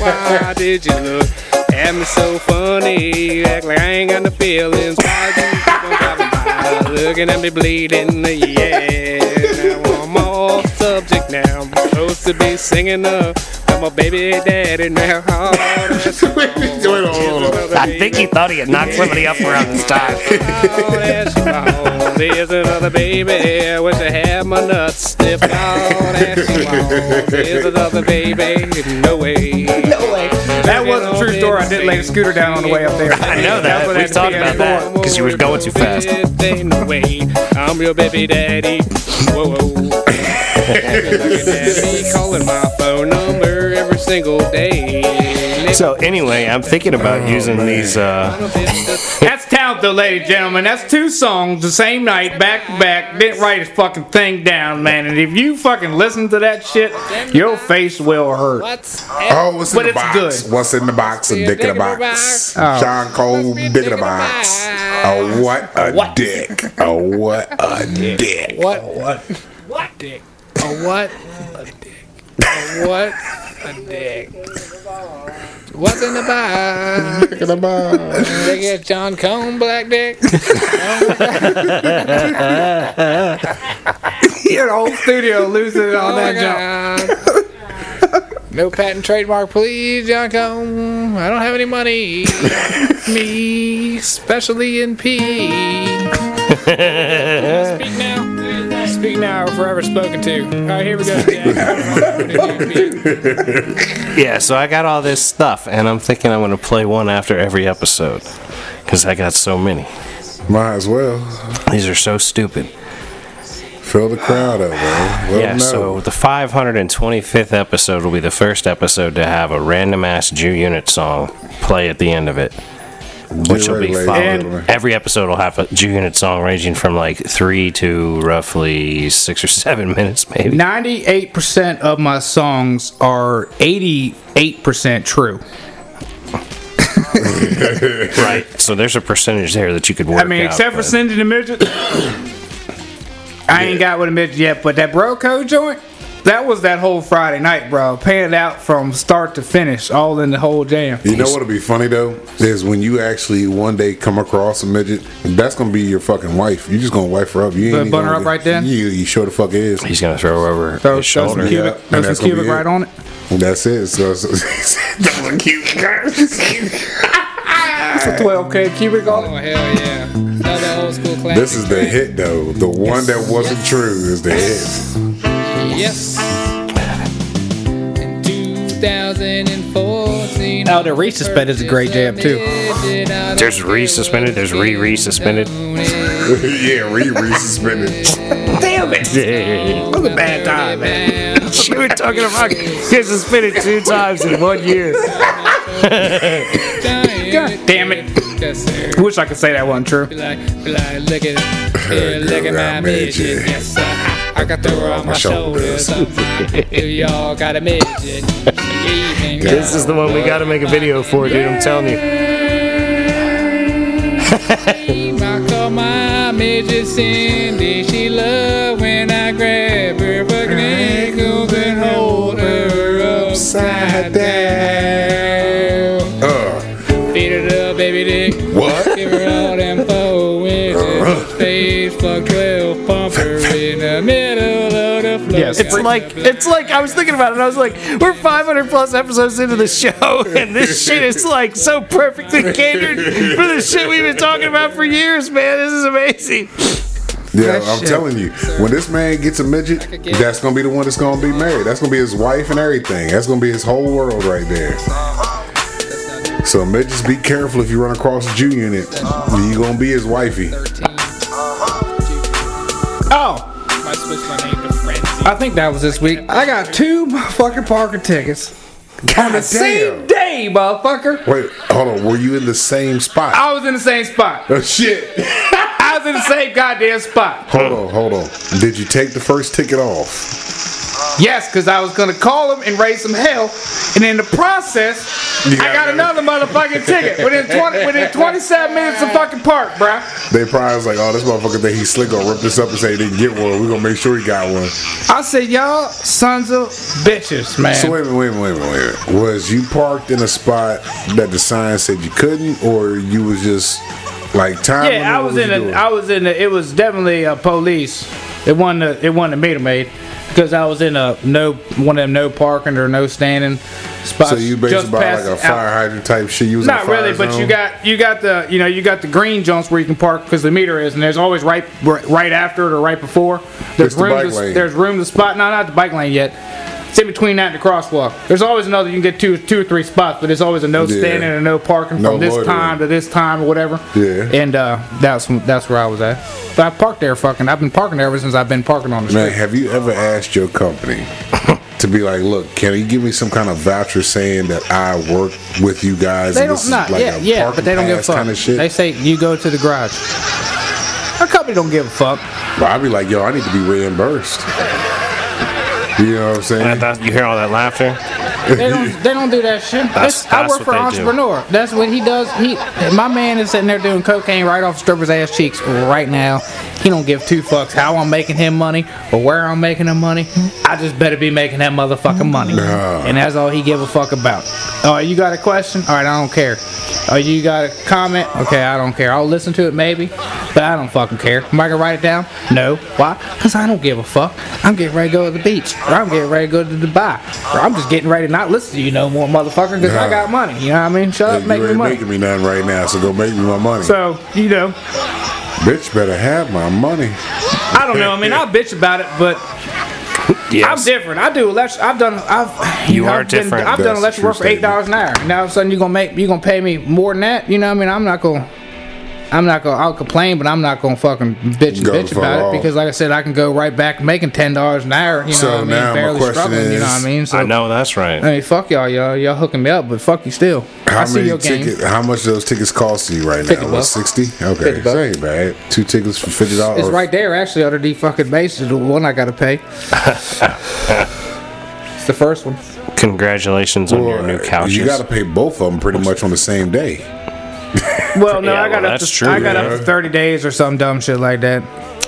Speaker 4: Why did you look at me so funny? Act like I ain't got no feelings. Why do you keep on driving by? Looking at me bleeding, yeah. Now I'm off subject now. I'm supposed to be singing up. I'm a baby daddy now. Oh,
Speaker 3: <laughs>
Speaker 4: that's
Speaker 3: Wait, hold on, hold
Speaker 2: <laughs>
Speaker 3: on.
Speaker 1: I think he thought he had knocked somebody up around this time.
Speaker 4: Oh, that's wrong. There's another baby. I wish I had my nuts snipped. Oh, that's wrong. There's another baby. No way. No way.
Speaker 2: That was a true story. I did lay the scooter down on the way up
Speaker 1: <laughs>
Speaker 2: there.
Speaker 1: I know that.
Speaker 2: That's what
Speaker 1: We
Speaker 2: that
Speaker 1: talked
Speaker 2: PS4
Speaker 1: about that because you were going too fast.
Speaker 4: Ain't no way. I'm your baby daddy. Whoa, whoa. Daddy calling my phone number every single day.
Speaker 1: So anyway, I'm thinking
Speaker 2: Oh,
Speaker 1: about using these. Uh,
Speaker 2: That's talent, though, ladies and gentlemen. That's two songs the same night, back to back. Didn't write his fucking thing down, man. And if you fucking listen to that shit, your face will hurt.
Speaker 4: What's
Speaker 3: Oh, what's in
Speaker 2: But
Speaker 3: the
Speaker 2: it's
Speaker 3: box?
Speaker 2: good.
Speaker 3: What's in the box? A dick in a box. John Cole, dick in a box. Oh, what a dick. Oh, what a dick.
Speaker 4: What? What? What dick? A what? A dick. A what? A dick. What's in the box?
Speaker 3: Dick in a box.
Speaker 4: They get John Cone black dick.
Speaker 2: Your whole studio losing it on
Speaker 4: Oh my god. <laughs> No patent trademark, please, John Cone. I don't have any <laughs> money. Me, E especially in P. Speak now. Speak now or forever spoken to. All right, here we <laughs> go. Jack.
Speaker 1: Yeah, so I got all this stuff, and I'm thinking I'm going to play one after every episode because I got so many.
Speaker 3: Might as well
Speaker 1: These are so stupid.
Speaker 3: fill the crowd up, man. Let
Speaker 1: yeah,
Speaker 3: 'em know.
Speaker 1: so the 525th episode will be the first episode to have a random ass Jew Unit song play at the end of it. Which will
Speaker 3: ready,
Speaker 1: be
Speaker 3: ladies and
Speaker 1: followed.
Speaker 3: gentlemen.
Speaker 1: Every episode will have a Jew Unit song ranging from like three to roughly six or seven minutes, maybe.
Speaker 2: 98% of my songs are 88% true.
Speaker 1: Right. So there's a percentage there that you could work
Speaker 2: I mean,
Speaker 1: out,
Speaker 2: except for
Speaker 1: but-
Speaker 2: sending the midget. <coughs> I ain't got with a midget yet, but that bro code joint, that was that whole Friday night, bro. Panned out from start to finish, all in the whole jam.
Speaker 3: You know what'll be funny though is when you actually one day come across a midget. That's gonna be your fucking wife. you just gonna wife her up. You ain't
Speaker 2: Gonna
Speaker 3: even
Speaker 2: bun her
Speaker 3: gonna
Speaker 2: up
Speaker 3: get-
Speaker 2: right then?
Speaker 3: You, you sure the fuck is.
Speaker 1: He's going to throw her over
Speaker 2: Throw,
Speaker 1: his
Speaker 2: throw some
Speaker 1: shoulder.
Speaker 2: cubic,
Speaker 3: Yeah,
Speaker 2: throw
Speaker 3: and
Speaker 2: some
Speaker 3: that's gonna
Speaker 2: cubic
Speaker 3: be it.
Speaker 2: right on it.
Speaker 3: That's it. So, <laughs> so that was cute.
Speaker 2: It's a 12K cubic on
Speaker 4: oh
Speaker 2: it.
Speaker 4: hell yeah! That was an old school classic.
Speaker 3: this is the hit though. The one that wasn't true is the hit. <laughs>
Speaker 4: yes. In 2014.
Speaker 2: Oh, the re-suspended is a great jam, too.
Speaker 1: There's re-suspended, there's re-re-suspended.
Speaker 4: <laughs>
Speaker 3: yeah, re re suspended.
Speaker 2: Damn it!
Speaker 1: Yeah.
Speaker 2: That was a bad time, man.
Speaker 1: <laughs> We were talking about getting suspended two times in one year.
Speaker 2: God damn it.
Speaker 4: Yes, sir.
Speaker 2: Wish I could say that wasn't true.
Speaker 4: Be like, be like,
Speaker 1: <laughs>
Speaker 4: look at, yeah, look at
Speaker 3: Girl, I
Speaker 4: my
Speaker 3: met
Speaker 4: midget.
Speaker 3: you.
Speaker 4: Yes, sir. I got the her on my
Speaker 1: <laughs>
Speaker 4: shoulders. if y'all got a midget,
Speaker 1: This is the one we got to make a video for, dude. I'm telling you.
Speaker 4: I call my midget Cindy. She love when I grab her, but Nickel can hold her upside down.
Speaker 3: Uh,
Speaker 4: Feed her the baby dick.
Speaker 3: what?
Speaker 4: Give her all them
Speaker 2: <laughs>
Speaker 4: four inches. Stage fuck 12 pumper in the middle of the floor.
Speaker 2: Yes.
Speaker 1: It's like it's like I was thinking about it. and I was like, we're 500 plus episodes into the
Speaker 2: <laughs>
Speaker 1: show, and this shit is like so perfectly catered for the shit we've been talking about for years, man. This is amazing.
Speaker 3: Yeah,
Speaker 2: That
Speaker 3: I'm
Speaker 2: shit.
Speaker 3: telling you, when this man gets a midget, that's gonna be the one that's gonna be married. That's gonna be his wife and everything. That's gonna be his whole world right there. So midgets, be careful if you run across a Jew unit. You gonna be his wifey.
Speaker 2: Oh!
Speaker 4: I switched my name to Frenzy.
Speaker 2: I think that was this week. I got two motherfucking parking tickets.
Speaker 3: God
Speaker 2: Same
Speaker 3: damn!
Speaker 2: day, motherfucker. <laughs>
Speaker 3: Wait, hold on. Were you in the same spot?
Speaker 2: I was in the same spot.
Speaker 3: Oh shit!
Speaker 2: I was in the same goddamn spot.
Speaker 3: Hold on, hold on. Did you take the first ticket off?
Speaker 2: Yes, because I was gonna call him and raise some hell, and in the process,
Speaker 3: You
Speaker 2: I got
Speaker 3: got it.
Speaker 2: another motherfucking ticket within twenty within twenty seven minutes of fucking park, bruh.
Speaker 3: They probably was like, "Oh, this motherfucker think he's slick. Gonna rip this up and say he didn't get one. We gonna make sure he got one."
Speaker 2: I said, y'all sons of bitches, man.
Speaker 3: So wait a minute, wait a minute, wait a minute, wait a minute. Was you parked in a spot that the sign said you couldn't, or you was just like time?
Speaker 2: yeah, I was in a, I was in a, it was definitely a police. It wasn't a, it wasn't a meter maid because I was in a no one of them no parking or no standing spots.
Speaker 3: so you basically
Speaker 2: just
Speaker 3: about
Speaker 2: past
Speaker 3: like a
Speaker 2: out-
Speaker 3: fire hydrant type shit. You was in
Speaker 2: Not
Speaker 3: a fire
Speaker 2: really, but
Speaker 3: zone?
Speaker 2: you got you got the you know you got the green jumps where you can park because the meter is, and there's always right right after it or right before. There's
Speaker 3: It's the
Speaker 2: room.
Speaker 3: bike
Speaker 2: to,
Speaker 3: lane.
Speaker 2: There's room to spot. No, not the bike lane yet. It's in between that and the crosswalk. There's always another. You can get two two or three spots, but there's always a no
Speaker 3: Yeah.
Speaker 2: standing and no parking
Speaker 3: No
Speaker 2: from this
Speaker 3: loitering.
Speaker 2: time to this time or whatever.
Speaker 3: Yeah.
Speaker 2: And uh, that's that's where I was at. But I parked there. Fucking, I've been parking there ever since I've been parking on the
Speaker 3: Man,
Speaker 2: street.
Speaker 3: have you ever asked your company to be like, look, can you give me some kind of voucher saying that I work with you guys?
Speaker 2: They
Speaker 3: and
Speaker 2: don't not
Speaker 3: like
Speaker 2: yeah
Speaker 3: a
Speaker 2: yeah, but
Speaker 3: parking
Speaker 2: they don't give a
Speaker 3: pass
Speaker 2: fuck.
Speaker 3: Kind of shit.
Speaker 2: They say you go to the garage. Our company don't give a fuck.
Speaker 3: But I'd be like, yo, I need to be reimbursed. You know what I'm saying?
Speaker 1: you hear all that laughter?
Speaker 2: They don't. They don't do that shit. That's, I
Speaker 1: that's
Speaker 2: work
Speaker 1: what
Speaker 2: for an
Speaker 1: they do.
Speaker 2: entrepreneur. That's what he does. He, my man, is sitting there doing cocaine right off strippers' ass cheeks right now. He don't give two fucks how I'm making him money or where I'm making him money. I just better be making that motherfucking money,
Speaker 3: Nah.
Speaker 2: and that's all he give a fuck about. Oh, you got a question? All right, I don't care. Oh, you got a comment? Okay, I don't care. I'll listen to it maybe, but I don't fucking care. Am I gonna write it down? No. Why? Cause I don't give a fuck. I'm getting ready to go to the beach, or I'm getting ready to go to Dubai, or I'm just getting ready to not listen to you no more, motherfucker, cause I
Speaker 3: Nah.
Speaker 2: got money. You know what I mean? Shut
Speaker 3: Hey,
Speaker 2: up, make
Speaker 3: you
Speaker 2: me
Speaker 3: ain't
Speaker 2: money.
Speaker 3: making me nothing right now, so go make me my money.
Speaker 2: So you know,
Speaker 3: Bitch better have my money.
Speaker 2: I don't know. I mean, I bitch about it, but I'm
Speaker 1: Yes.
Speaker 2: different. I do electric. I've done. I've.
Speaker 1: You are
Speaker 2: I've been-
Speaker 1: different.
Speaker 2: I've done
Speaker 3: That's a
Speaker 2: electric
Speaker 3: true
Speaker 2: work for eight dollars an hour. Now all of a sudden you're gonna make you gonna pay me more than that. You know what I mean? I'm not gonna. I'm not gonna. I'll complain, but I'm not gonna fucking bitch and
Speaker 3: Go
Speaker 2: bitch
Speaker 3: fuck
Speaker 2: about
Speaker 3: off.
Speaker 2: it because, like I said, I can go right back making ten dollars an hour. You know
Speaker 3: So
Speaker 2: what I mean?
Speaker 3: now my
Speaker 2: Barely
Speaker 3: question
Speaker 2: struggling. you know what
Speaker 3: is-
Speaker 2: I mean? So
Speaker 1: I know that's right.
Speaker 2: I mean, fuck y'all, y'all, y'all hooking me up, but fuck you still. I
Speaker 3: How
Speaker 2: see
Speaker 3: many
Speaker 2: your game.
Speaker 3: tickets? How much those tickets cost you right
Speaker 2: Fifty
Speaker 3: now? What
Speaker 2: bucks.
Speaker 3: sixty? Okay,
Speaker 2: Fifty bucks.
Speaker 3: same bad. Two tickets for fifty dollars.
Speaker 2: It's right there, actually, under the fucking base is the one I gotta pay. <laughs> it's the first one.
Speaker 1: Congratulations on your
Speaker 3: Well,
Speaker 1: new couches.
Speaker 3: You got to pay both of them pretty much on the same day.
Speaker 2: Well, no,
Speaker 1: Yeah,
Speaker 2: I got
Speaker 1: well,
Speaker 2: up. To,
Speaker 1: that's true,
Speaker 2: I got
Speaker 3: yeah.
Speaker 2: up to thirty days or some dumb shit like that.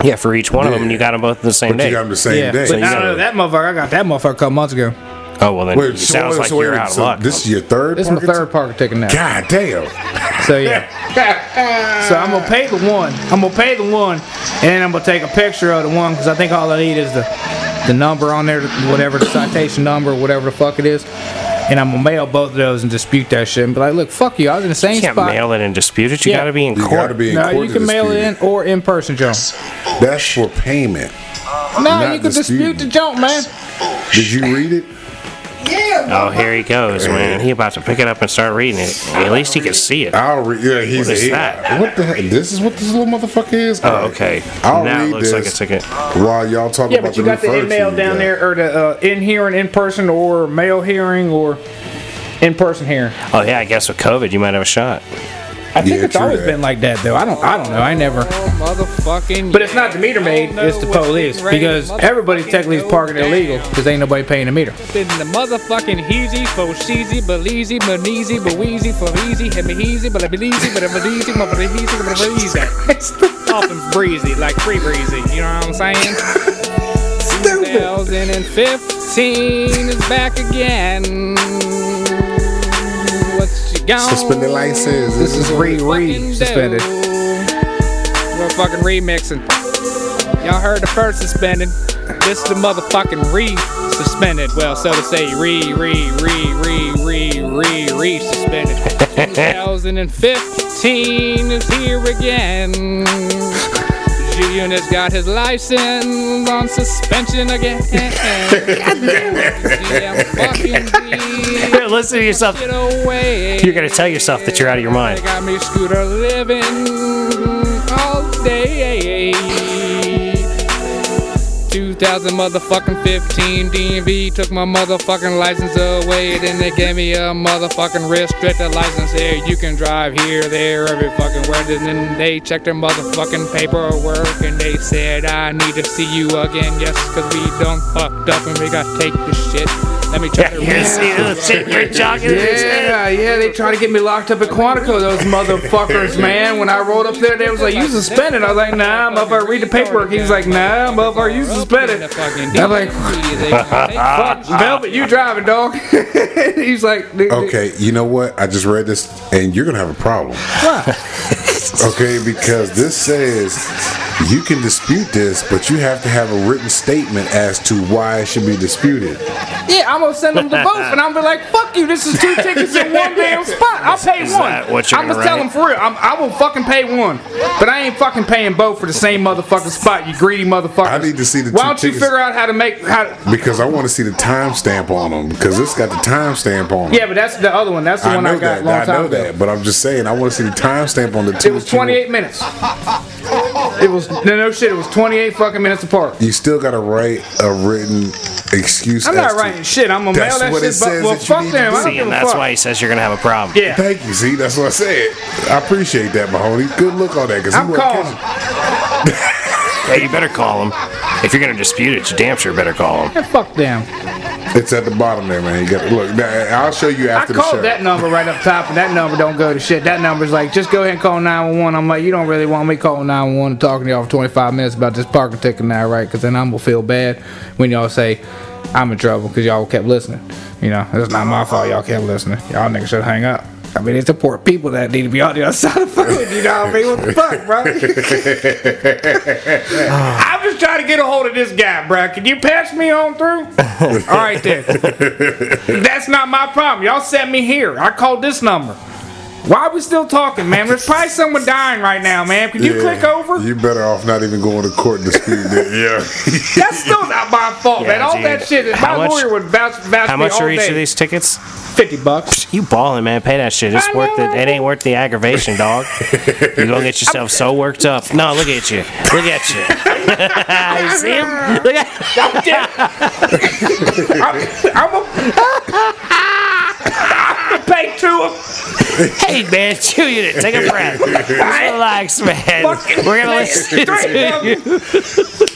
Speaker 1: yeah, for each one of them,
Speaker 3: Yeah.
Speaker 1: you got them both the same
Speaker 3: But you
Speaker 1: day.
Speaker 3: got them the same
Speaker 2: Yeah,
Speaker 3: day.
Speaker 2: but I
Speaker 1: you
Speaker 2: don't
Speaker 1: gotta-
Speaker 2: know that motherfucker. I got that motherfucker a couple months ago.
Speaker 1: oh well, then it
Speaker 3: wait, so
Speaker 1: sounds
Speaker 3: wait,
Speaker 1: like
Speaker 3: so
Speaker 1: you're
Speaker 3: wait,
Speaker 1: out of
Speaker 3: so
Speaker 1: luck.
Speaker 3: This is your third.
Speaker 2: This is my
Speaker 3: parking
Speaker 2: third parking ticket now.
Speaker 3: ticket? God damn.
Speaker 2: So yeah. <laughs> so I'm gonna pay the one. I'm gonna pay the one, and then I'm gonna take a picture of the one because I think all I need is the the number on there, whatever the citation number, whatever the fuck it is. And I'm gonna mail both of those and dispute that shit and be like, look, fuck you. I was in the same
Speaker 1: you can't
Speaker 2: spot.
Speaker 1: mail it and dispute it. You
Speaker 2: Yeah.
Speaker 1: got to be in
Speaker 3: You
Speaker 1: court.
Speaker 3: got to be in
Speaker 2: no,
Speaker 3: court.
Speaker 2: you can mail it in or in person, John.
Speaker 3: in. That's for payment.
Speaker 2: No, you can dispute the
Speaker 3: disputing.
Speaker 2: junk, man.
Speaker 3: Did you read it?
Speaker 1: Oh, here he goes, man. He about to pick it up and start reading it. At least he can see it.
Speaker 3: I'll read. Yeah, he's
Speaker 1: What is
Speaker 3: a, he-
Speaker 1: that?
Speaker 3: What the heck? This is what this little motherfucker is.
Speaker 1: Oh, okay.
Speaker 3: I'll
Speaker 1: now
Speaker 3: read
Speaker 1: it looks
Speaker 3: this.
Speaker 1: like it's like a
Speaker 3: While y'all talking
Speaker 2: Yeah,
Speaker 3: about
Speaker 2: but you
Speaker 3: the
Speaker 2: got the
Speaker 3: new
Speaker 2: in mail
Speaker 3: furniture you
Speaker 2: down
Speaker 3: got.
Speaker 2: there, or the uh, in hearing, in person, or mail hearing, or in person hearing.
Speaker 1: Oh yeah, I guess with COVID you might have a shot.
Speaker 2: I think
Speaker 3: Yeah,
Speaker 2: it's
Speaker 3: true
Speaker 2: always
Speaker 3: that.
Speaker 2: been like that, though. I don't, I don't know. I never.
Speaker 4: Oh, Motherfucking.
Speaker 2: But it's not the meter
Speaker 4: yeah.
Speaker 2: maid;
Speaker 4: Don't know
Speaker 2: it's the
Speaker 4: what's
Speaker 2: police
Speaker 4: getting ready to
Speaker 2: because everybody
Speaker 4: motherfucking
Speaker 2: technically is
Speaker 4: go
Speaker 2: parking
Speaker 4: down.
Speaker 2: illegal because ain't nobody paying the meter.
Speaker 4: In the motherfucking heezy, for sheezy, belizy, maneezy, beweezy, for easy, him heezy, but I believe, but I believe, but I believe, but I <laughs> believe. Off and breezy, like free breezy, you know what I'm saying? 2015 is back again. What you got?
Speaker 3: Suspended license.
Speaker 2: This is re re suspended.
Speaker 4: We're fucking remixing. Y'all heard the first suspended. This is the motherfucking re suspended. Well, so to say, re, re, re, re, re, re, re suspended. 2015 is here again. G Unit's got his license on
Speaker 1: <laughs>
Speaker 4: suspension again. Goddamn fucking G.
Speaker 1: Here, listen to yourself.
Speaker 4: Get away.
Speaker 1: You're gonna tell yourself that you're out of your mind.
Speaker 4: They got me scooter living all day. 2000 motherfucking 15 DMV took my motherfucking license away. Then they gave me a motherfucking restricted license. Here you can drive here, there, every fucking where. And then they checked their motherfucking paperwork and they said I need to see you again. Yes, cause we done fucked up and we gotta take this shit. Let me check the
Speaker 1: the shit you're talking
Speaker 2: Yeah, yeah, they tried to get me locked up at Quantico, those motherfuckers, man. When I rolled up there, they was like, "You suspended." I was like, "Nah, motherfucker, read the paperwork." He was like, "Nah, motherfucker, you suspended." I'm like, "Fuck,
Speaker 5: <laughs>
Speaker 2: Velvet, you driving, dog?" <laughs> He's like, "Dude, dude."
Speaker 3: Okay, you know what? I just read this, and you're gonna have a problem. <laughs> okay, because this says you can dispute this, but you have to have a written statement as to why it should be disputed.
Speaker 2: Yeah, I'm gonna send them to both, and I'm be like, "Fuck you! This is
Speaker 1: <laughs>
Speaker 2: two tickets in one damn spot. I'll pay
Speaker 1: Is
Speaker 2: one."
Speaker 1: that what you're
Speaker 2: I'm just
Speaker 1: gonna
Speaker 2: telling them for real. I'm, I will fucking pay one, but I ain't fucking paying both for the same motherfucking spot. You greedy motherfucker.
Speaker 3: I need to see the
Speaker 2: Why
Speaker 3: two
Speaker 2: don't you
Speaker 3: tickets.
Speaker 2: figure out how to make how? To,
Speaker 3: Because I want to see the timestamp on them. Because it's got the timestamp on it.
Speaker 2: yeah, but that's the other one. That's the
Speaker 3: I
Speaker 2: one
Speaker 3: know
Speaker 2: I got
Speaker 3: that.
Speaker 2: a long
Speaker 3: I
Speaker 2: time
Speaker 3: know
Speaker 2: ago.
Speaker 3: that. But I'm just saying, I want to see the timestamp on the two.
Speaker 2: It was
Speaker 3: that you-
Speaker 2: 28 minutes. It was no, no shit. It was 28 fucking minutes apart.
Speaker 3: You still got to write a written excuse.
Speaker 2: I'm
Speaker 3: as
Speaker 2: not
Speaker 3: to-
Speaker 2: writing shit. I'm gonna
Speaker 3: That's
Speaker 2: mail that
Speaker 3: what it
Speaker 2: shit.
Speaker 3: says
Speaker 2: But, well,
Speaker 3: that you
Speaker 2: fuck
Speaker 3: need to
Speaker 2: them. I
Speaker 3: do.
Speaker 2: don't
Speaker 1: See,
Speaker 2: give
Speaker 1: and
Speaker 2: a
Speaker 1: that's
Speaker 2: fuck.
Speaker 1: why he says you're gonna have a problem.
Speaker 2: Yeah.
Speaker 3: Thank you. See, that's what I said. I appreciate that, Mahoney. Good look on that. Cause he
Speaker 2: I'm
Speaker 3: wasn't
Speaker 2: calling.
Speaker 3: catching-
Speaker 1: Hey, you better call him. If you're gonna dispute it, you damn sure better call him.
Speaker 2: Man, Fuck them.
Speaker 3: It's at the bottom there, man. You got to look. Now, I'll show you
Speaker 2: I
Speaker 3: after the show.
Speaker 2: called that number right up top, and that number don't go to shit. That number's like, just go ahead and call 911. I'm like, you don't really want me calling 911 and talking to y'all for 25 minutes about this parking ticket now, right? Because then I'm going to feel bad when y'all say I'm in trouble because y'all kept listening. You know, it's not my fault y'all kept listening. Y'all niggas should hang up. I mean, it's the poor people that need to be on the other <laughs> side of the phone. You know what I mean? What the fuck,
Speaker 3: <laughs>
Speaker 2: bro? I'm just trying to get a hold of this guy, bro. Can you pass me on through? All right, then. That's not my problem. Y'all sent me here. I called this number. Why are we still talking, man? There's probably someone dying right now, man. Can you
Speaker 3: Yeah,
Speaker 2: click over?
Speaker 3: You better off not even going to court and dispute
Speaker 2: <laughs>
Speaker 3: it.
Speaker 2: That's still not my fault,
Speaker 1: Yeah,
Speaker 2: man. All
Speaker 1: dude.
Speaker 2: that shit.
Speaker 1: How
Speaker 2: My
Speaker 1: much-
Speaker 2: lawyer would vouch, vouch
Speaker 1: How
Speaker 2: me
Speaker 1: much
Speaker 2: all
Speaker 1: are each
Speaker 2: day.
Speaker 1: of these tickets?
Speaker 2: Fifty bucks. <laughs>
Speaker 1: You balling, man. Pay that shit. It's
Speaker 2: I
Speaker 1: worth
Speaker 2: know,
Speaker 1: it.
Speaker 2: I
Speaker 1: It ain't worth the aggravation, dog. you gonna get yourself so worked up. No, look at you. Look at you. <laughs> you see him? Look at
Speaker 2: I'm, I'm a. I'm gonna pay two of
Speaker 1: Hey, man, chew you to take a breath. Just Relax, man.
Speaker 2: fucking.
Speaker 1: We're gonna
Speaker 2: <laughs> three
Speaker 1: listen.
Speaker 2: of them.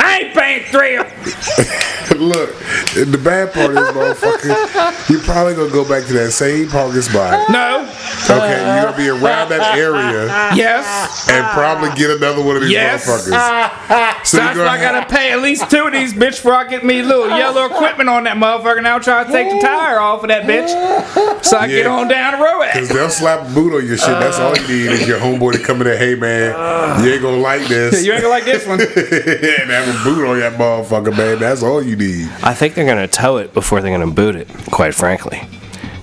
Speaker 2: I ain't paying three of them.
Speaker 3: Yeah. Look, the bad part is, motherfucker, you probably gonna go back to that same parking spot.
Speaker 2: No.
Speaker 3: Okay, you're gonna be around that area
Speaker 2: Yes.
Speaker 3: and probably get another one of these
Speaker 2: Yes.
Speaker 3: motherfuckers.
Speaker 2: <laughs>
Speaker 3: So
Speaker 2: That's why I gotta pay at least two of these bitch before I get me little yellow equipment on that motherfucker. Now try to take the tire off of that bitch, so I get
Speaker 3: Yeah.
Speaker 2: on down the road.
Speaker 3: Cause they'll slap a boot on your shit. That's all you need is your homeboy to come in there. Hey man, you ain't gonna like
Speaker 2: <laughs>
Speaker 3: this.
Speaker 2: You ain't gonna like this one.
Speaker 3: and have a boot on that motherfucker, man. That's all you need.
Speaker 1: I think they're gonna tow it before they're gonna boot it. Quite frankly,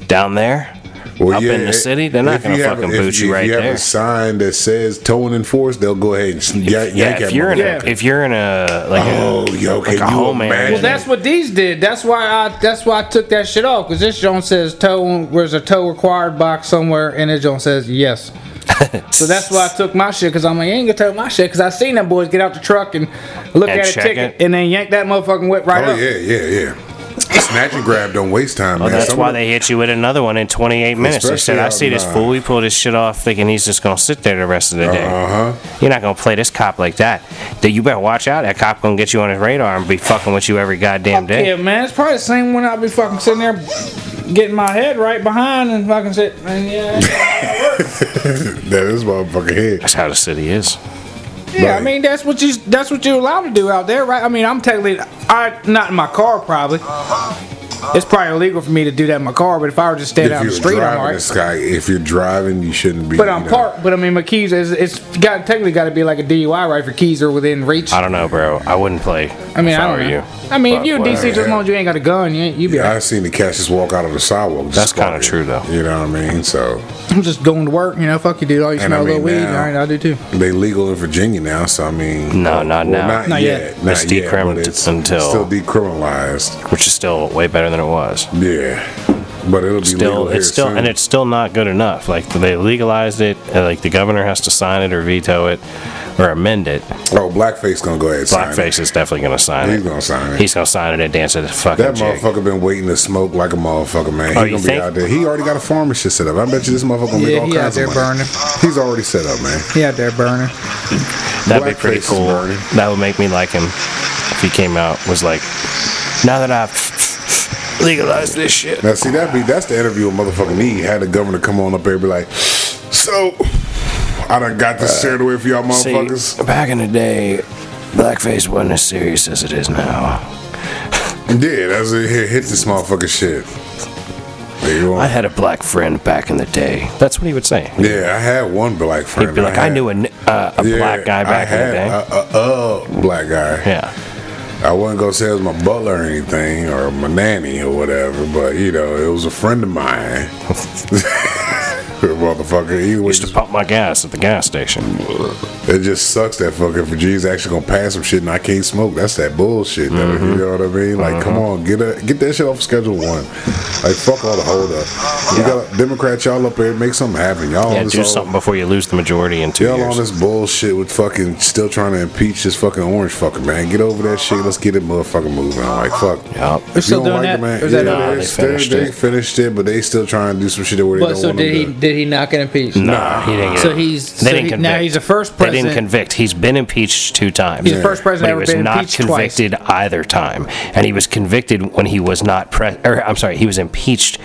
Speaker 1: down there,
Speaker 3: Well, eh,
Speaker 1: Up in the city, they're not
Speaker 3: if
Speaker 1: gonna
Speaker 3: you have
Speaker 1: fucking
Speaker 3: a- if
Speaker 1: boot you
Speaker 3: if
Speaker 1: right
Speaker 3: you have
Speaker 1: there.
Speaker 3: a sign that says towing enforced, they'll go ahead and sn- ya- yank
Speaker 1: yeah.
Speaker 3: that
Speaker 1: If you're in,
Speaker 2: Yeah.
Speaker 1: a, if you're in a like, a,
Speaker 3: Oh, yo, can
Speaker 1: Like a
Speaker 3: you
Speaker 1: home area.
Speaker 3: imagine?
Speaker 2: Well, that's what these did. That's why I. That's why I took that shit off because this Jones says tow. There's a tow required box somewhere, and this Jones says yes.
Speaker 1: <laughs>
Speaker 2: so that's why I took my shit because I'm like, you ain't gonna tow my shit because I seen them boys get out the truck and look
Speaker 1: And
Speaker 2: at a
Speaker 1: check
Speaker 2: ticket
Speaker 1: it.
Speaker 2: and then yank that motherfucking whip right
Speaker 3: oh
Speaker 2: up.
Speaker 3: yeah, yeah, yeah. Snatch and grab. Don't waste time,
Speaker 1: well,
Speaker 3: man.
Speaker 1: Oh, that's
Speaker 3: Some
Speaker 1: why
Speaker 3: of the-
Speaker 1: they hit you with another one in 28 minutes. They said,
Speaker 3: Especially
Speaker 1: "I
Speaker 3: out
Speaker 1: see
Speaker 3: in,
Speaker 1: this
Speaker 3: uh,
Speaker 1: fool. We pull this shit off, thinking he's just gonna sit there the rest of the day."
Speaker 3: Uh huh.
Speaker 1: You're not gonna play this cop like that. Dude, you better watch out. That cop gonna get you on his radar and be fucking with you every goddamn day.
Speaker 2: Yeah, man, it's probably the same one I'll be fucking sitting there getting my head right behind and fucking sit. And yeah,
Speaker 3: <laughs> That is motherfucker head.
Speaker 1: That's how the city is.
Speaker 2: yeah. I
Speaker 3: Right.
Speaker 2: mean, that's what you that's what you're allowed to do out there, right? I mean, I'm technically I not in my car probably. It's probably illegal for me to do that in my car, but if I were just standing out
Speaker 3: Uh-huh. If
Speaker 2: in
Speaker 3: you're
Speaker 2: the street, I'm
Speaker 3: driving,
Speaker 2: alright.
Speaker 3: this guy, if you're driving, you shouldn't be.
Speaker 2: But
Speaker 3: you
Speaker 2: I'm
Speaker 3: know.
Speaker 2: parked. But I mean, my keys is it's got technically got to be like a DUI, right? For keys are within reach.
Speaker 1: I
Speaker 2: I,
Speaker 1: don't know, bro. I wouldn't play.
Speaker 2: mean,
Speaker 1: if
Speaker 2: I
Speaker 1: I
Speaker 2: don't
Speaker 1: were
Speaker 2: know.
Speaker 1: you.
Speaker 2: I mean,
Speaker 1: But
Speaker 2: if you're a DC,
Speaker 1: whatever.
Speaker 2: just as long as you ain't got a gun, you you be.
Speaker 3: Yeah,
Speaker 2: alright.
Speaker 3: I've seen the cats just walk out on the sidewalk.
Speaker 1: That's
Speaker 3: Just
Speaker 1: kinda
Speaker 3: fuck it.
Speaker 1: true, though.
Speaker 3: You know what I mean? So
Speaker 2: <laughs> I'm just going to work. You know, fuck you, dude. All you
Speaker 3: And
Speaker 2: smell
Speaker 3: I
Speaker 2: a little
Speaker 3: mean,
Speaker 2: weed.
Speaker 3: now-
Speaker 2: all right, I do too.
Speaker 3: they legal in Virginia now. So I mean,
Speaker 1: No, not now.
Speaker 3: Not,
Speaker 2: Not yet.
Speaker 3: yet. Not
Speaker 1: It's
Speaker 3: yet, but
Speaker 1: decrim-
Speaker 3: it's
Speaker 1: until-
Speaker 3: still decriminalized.
Speaker 1: Which is still way better than it was.
Speaker 3: Yeah, but it'll be
Speaker 1: Still,
Speaker 3: legal here
Speaker 1: it's still,
Speaker 3: soon.
Speaker 1: and it's still not good enough. Like they legalized it. uh, Like the governor has to sign it or veto it or amend it.
Speaker 3: oh, blackface gonna go ahead. and sign it.
Speaker 1: Blackface is definitely gonna sign
Speaker 3: He's
Speaker 1: it.
Speaker 3: gonna sign it.
Speaker 1: He's gonna sign it and dance at the fucking
Speaker 3: that
Speaker 1: jig.
Speaker 3: motherfucker been waiting to smoke like a motherfucker, man. He
Speaker 1: Oh,
Speaker 3: gonna
Speaker 1: you
Speaker 3: be
Speaker 1: think?
Speaker 3: out there. He already got a farm and shit set up. I bet you this motherfucker gonna
Speaker 2: Yeah,
Speaker 3: make all
Speaker 2: he out
Speaker 3: kinds
Speaker 2: there
Speaker 3: of money.
Speaker 2: burning.
Speaker 3: He's already set up, man.
Speaker 2: Yeah, out there burning.
Speaker 1: That'd be pretty
Speaker 3: Blackface is
Speaker 1: cool.
Speaker 3: burning.
Speaker 1: That would make me like him if he came out was like, now that I've legalized this shit.
Speaker 3: Now see that be that's the interview a motherfucker need. Had the governor come on up there and be like, so I done got this shared away for y'all motherfuckers.
Speaker 1: Uh, See, back in the day, blackface wasn't as serious as it is now.
Speaker 3: Yeah, that's it. Here, hit this motherfucker shit. There you
Speaker 1: I
Speaker 3: are.
Speaker 1: had a black friend back in the day. That's what he would say.
Speaker 3: Yeah, I had one black friend.
Speaker 1: He'd be like, I knew a, n- uh, a black guy back
Speaker 3: I had
Speaker 1: in the day.
Speaker 3: A, a, a black guy.
Speaker 1: yeah.
Speaker 3: I wasn't gonna say it was my butler or anything or my nanny or whatever, but you know, it was a friend of mine. <laughs> Motherfucker, either way,
Speaker 1: Used to pump my gas at the gas station.
Speaker 3: it just sucks that fucking Virginia's actually gonna pass some shit and I can't smoke. That's that bullshit. though,
Speaker 1: Mm-hmm.
Speaker 3: You know what I mean?
Speaker 1: Uh-huh.
Speaker 3: Like, come on, get a, get that shit off Schedule One. Like, fuck all the hold up. You got Democrats, y'all up there, make something happen. Y'all
Speaker 1: Yeah,
Speaker 3: on this
Speaker 1: do
Speaker 3: whole-
Speaker 1: something before you lose the majority in two
Speaker 3: Y'all on
Speaker 1: years.
Speaker 3: this bullshit with fucking still trying to impeach this fucking orange fucker man. Get over that shit. Let's get it motherfucking moving. I'm like fuck.
Speaker 1: Yup.
Speaker 2: They're still
Speaker 3: You don't
Speaker 2: doing that?
Speaker 3: it, man.
Speaker 2: Or is
Speaker 3: yeah,
Speaker 2: that
Speaker 1: over?
Speaker 3: they,
Speaker 1: Nah, they
Speaker 3: still-
Speaker 1: finished
Speaker 3: they
Speaker 1: it.
Speaker 3: finished it, but they still trying to do some shit where they
Speaker 2: But
Speaker 3: don't
Speaker 2: so
Speaker 3: want
Speaker 2: did he?
Speaker 3: them to.
Speaker 2: Did he not get impeached?
Speaker 1: Nah, he didn't get
Speaker 2: So he's-
Speaker 1: they
Speaker 2: so
Speaker 1: didn't
Speaker 2: he-
Speaker 1: convict.
Speaker 2: now he's the first
Speaker 1: They didn't
Speaker 2: president-
Speaker 1: convict. He's been impeached two times.
Speaker 2: He's the first
Speaker 1: But
Speaker 2: president
Speaker 1: he
Speaker 2: ever
Speaker 1: was
Speaker 2: been
Speaker 1: not
Speaker 2: impeached twice.
Speaker 1: convicted either time, and he was convicted when he was not pre. Or I'm sorry, he was impeached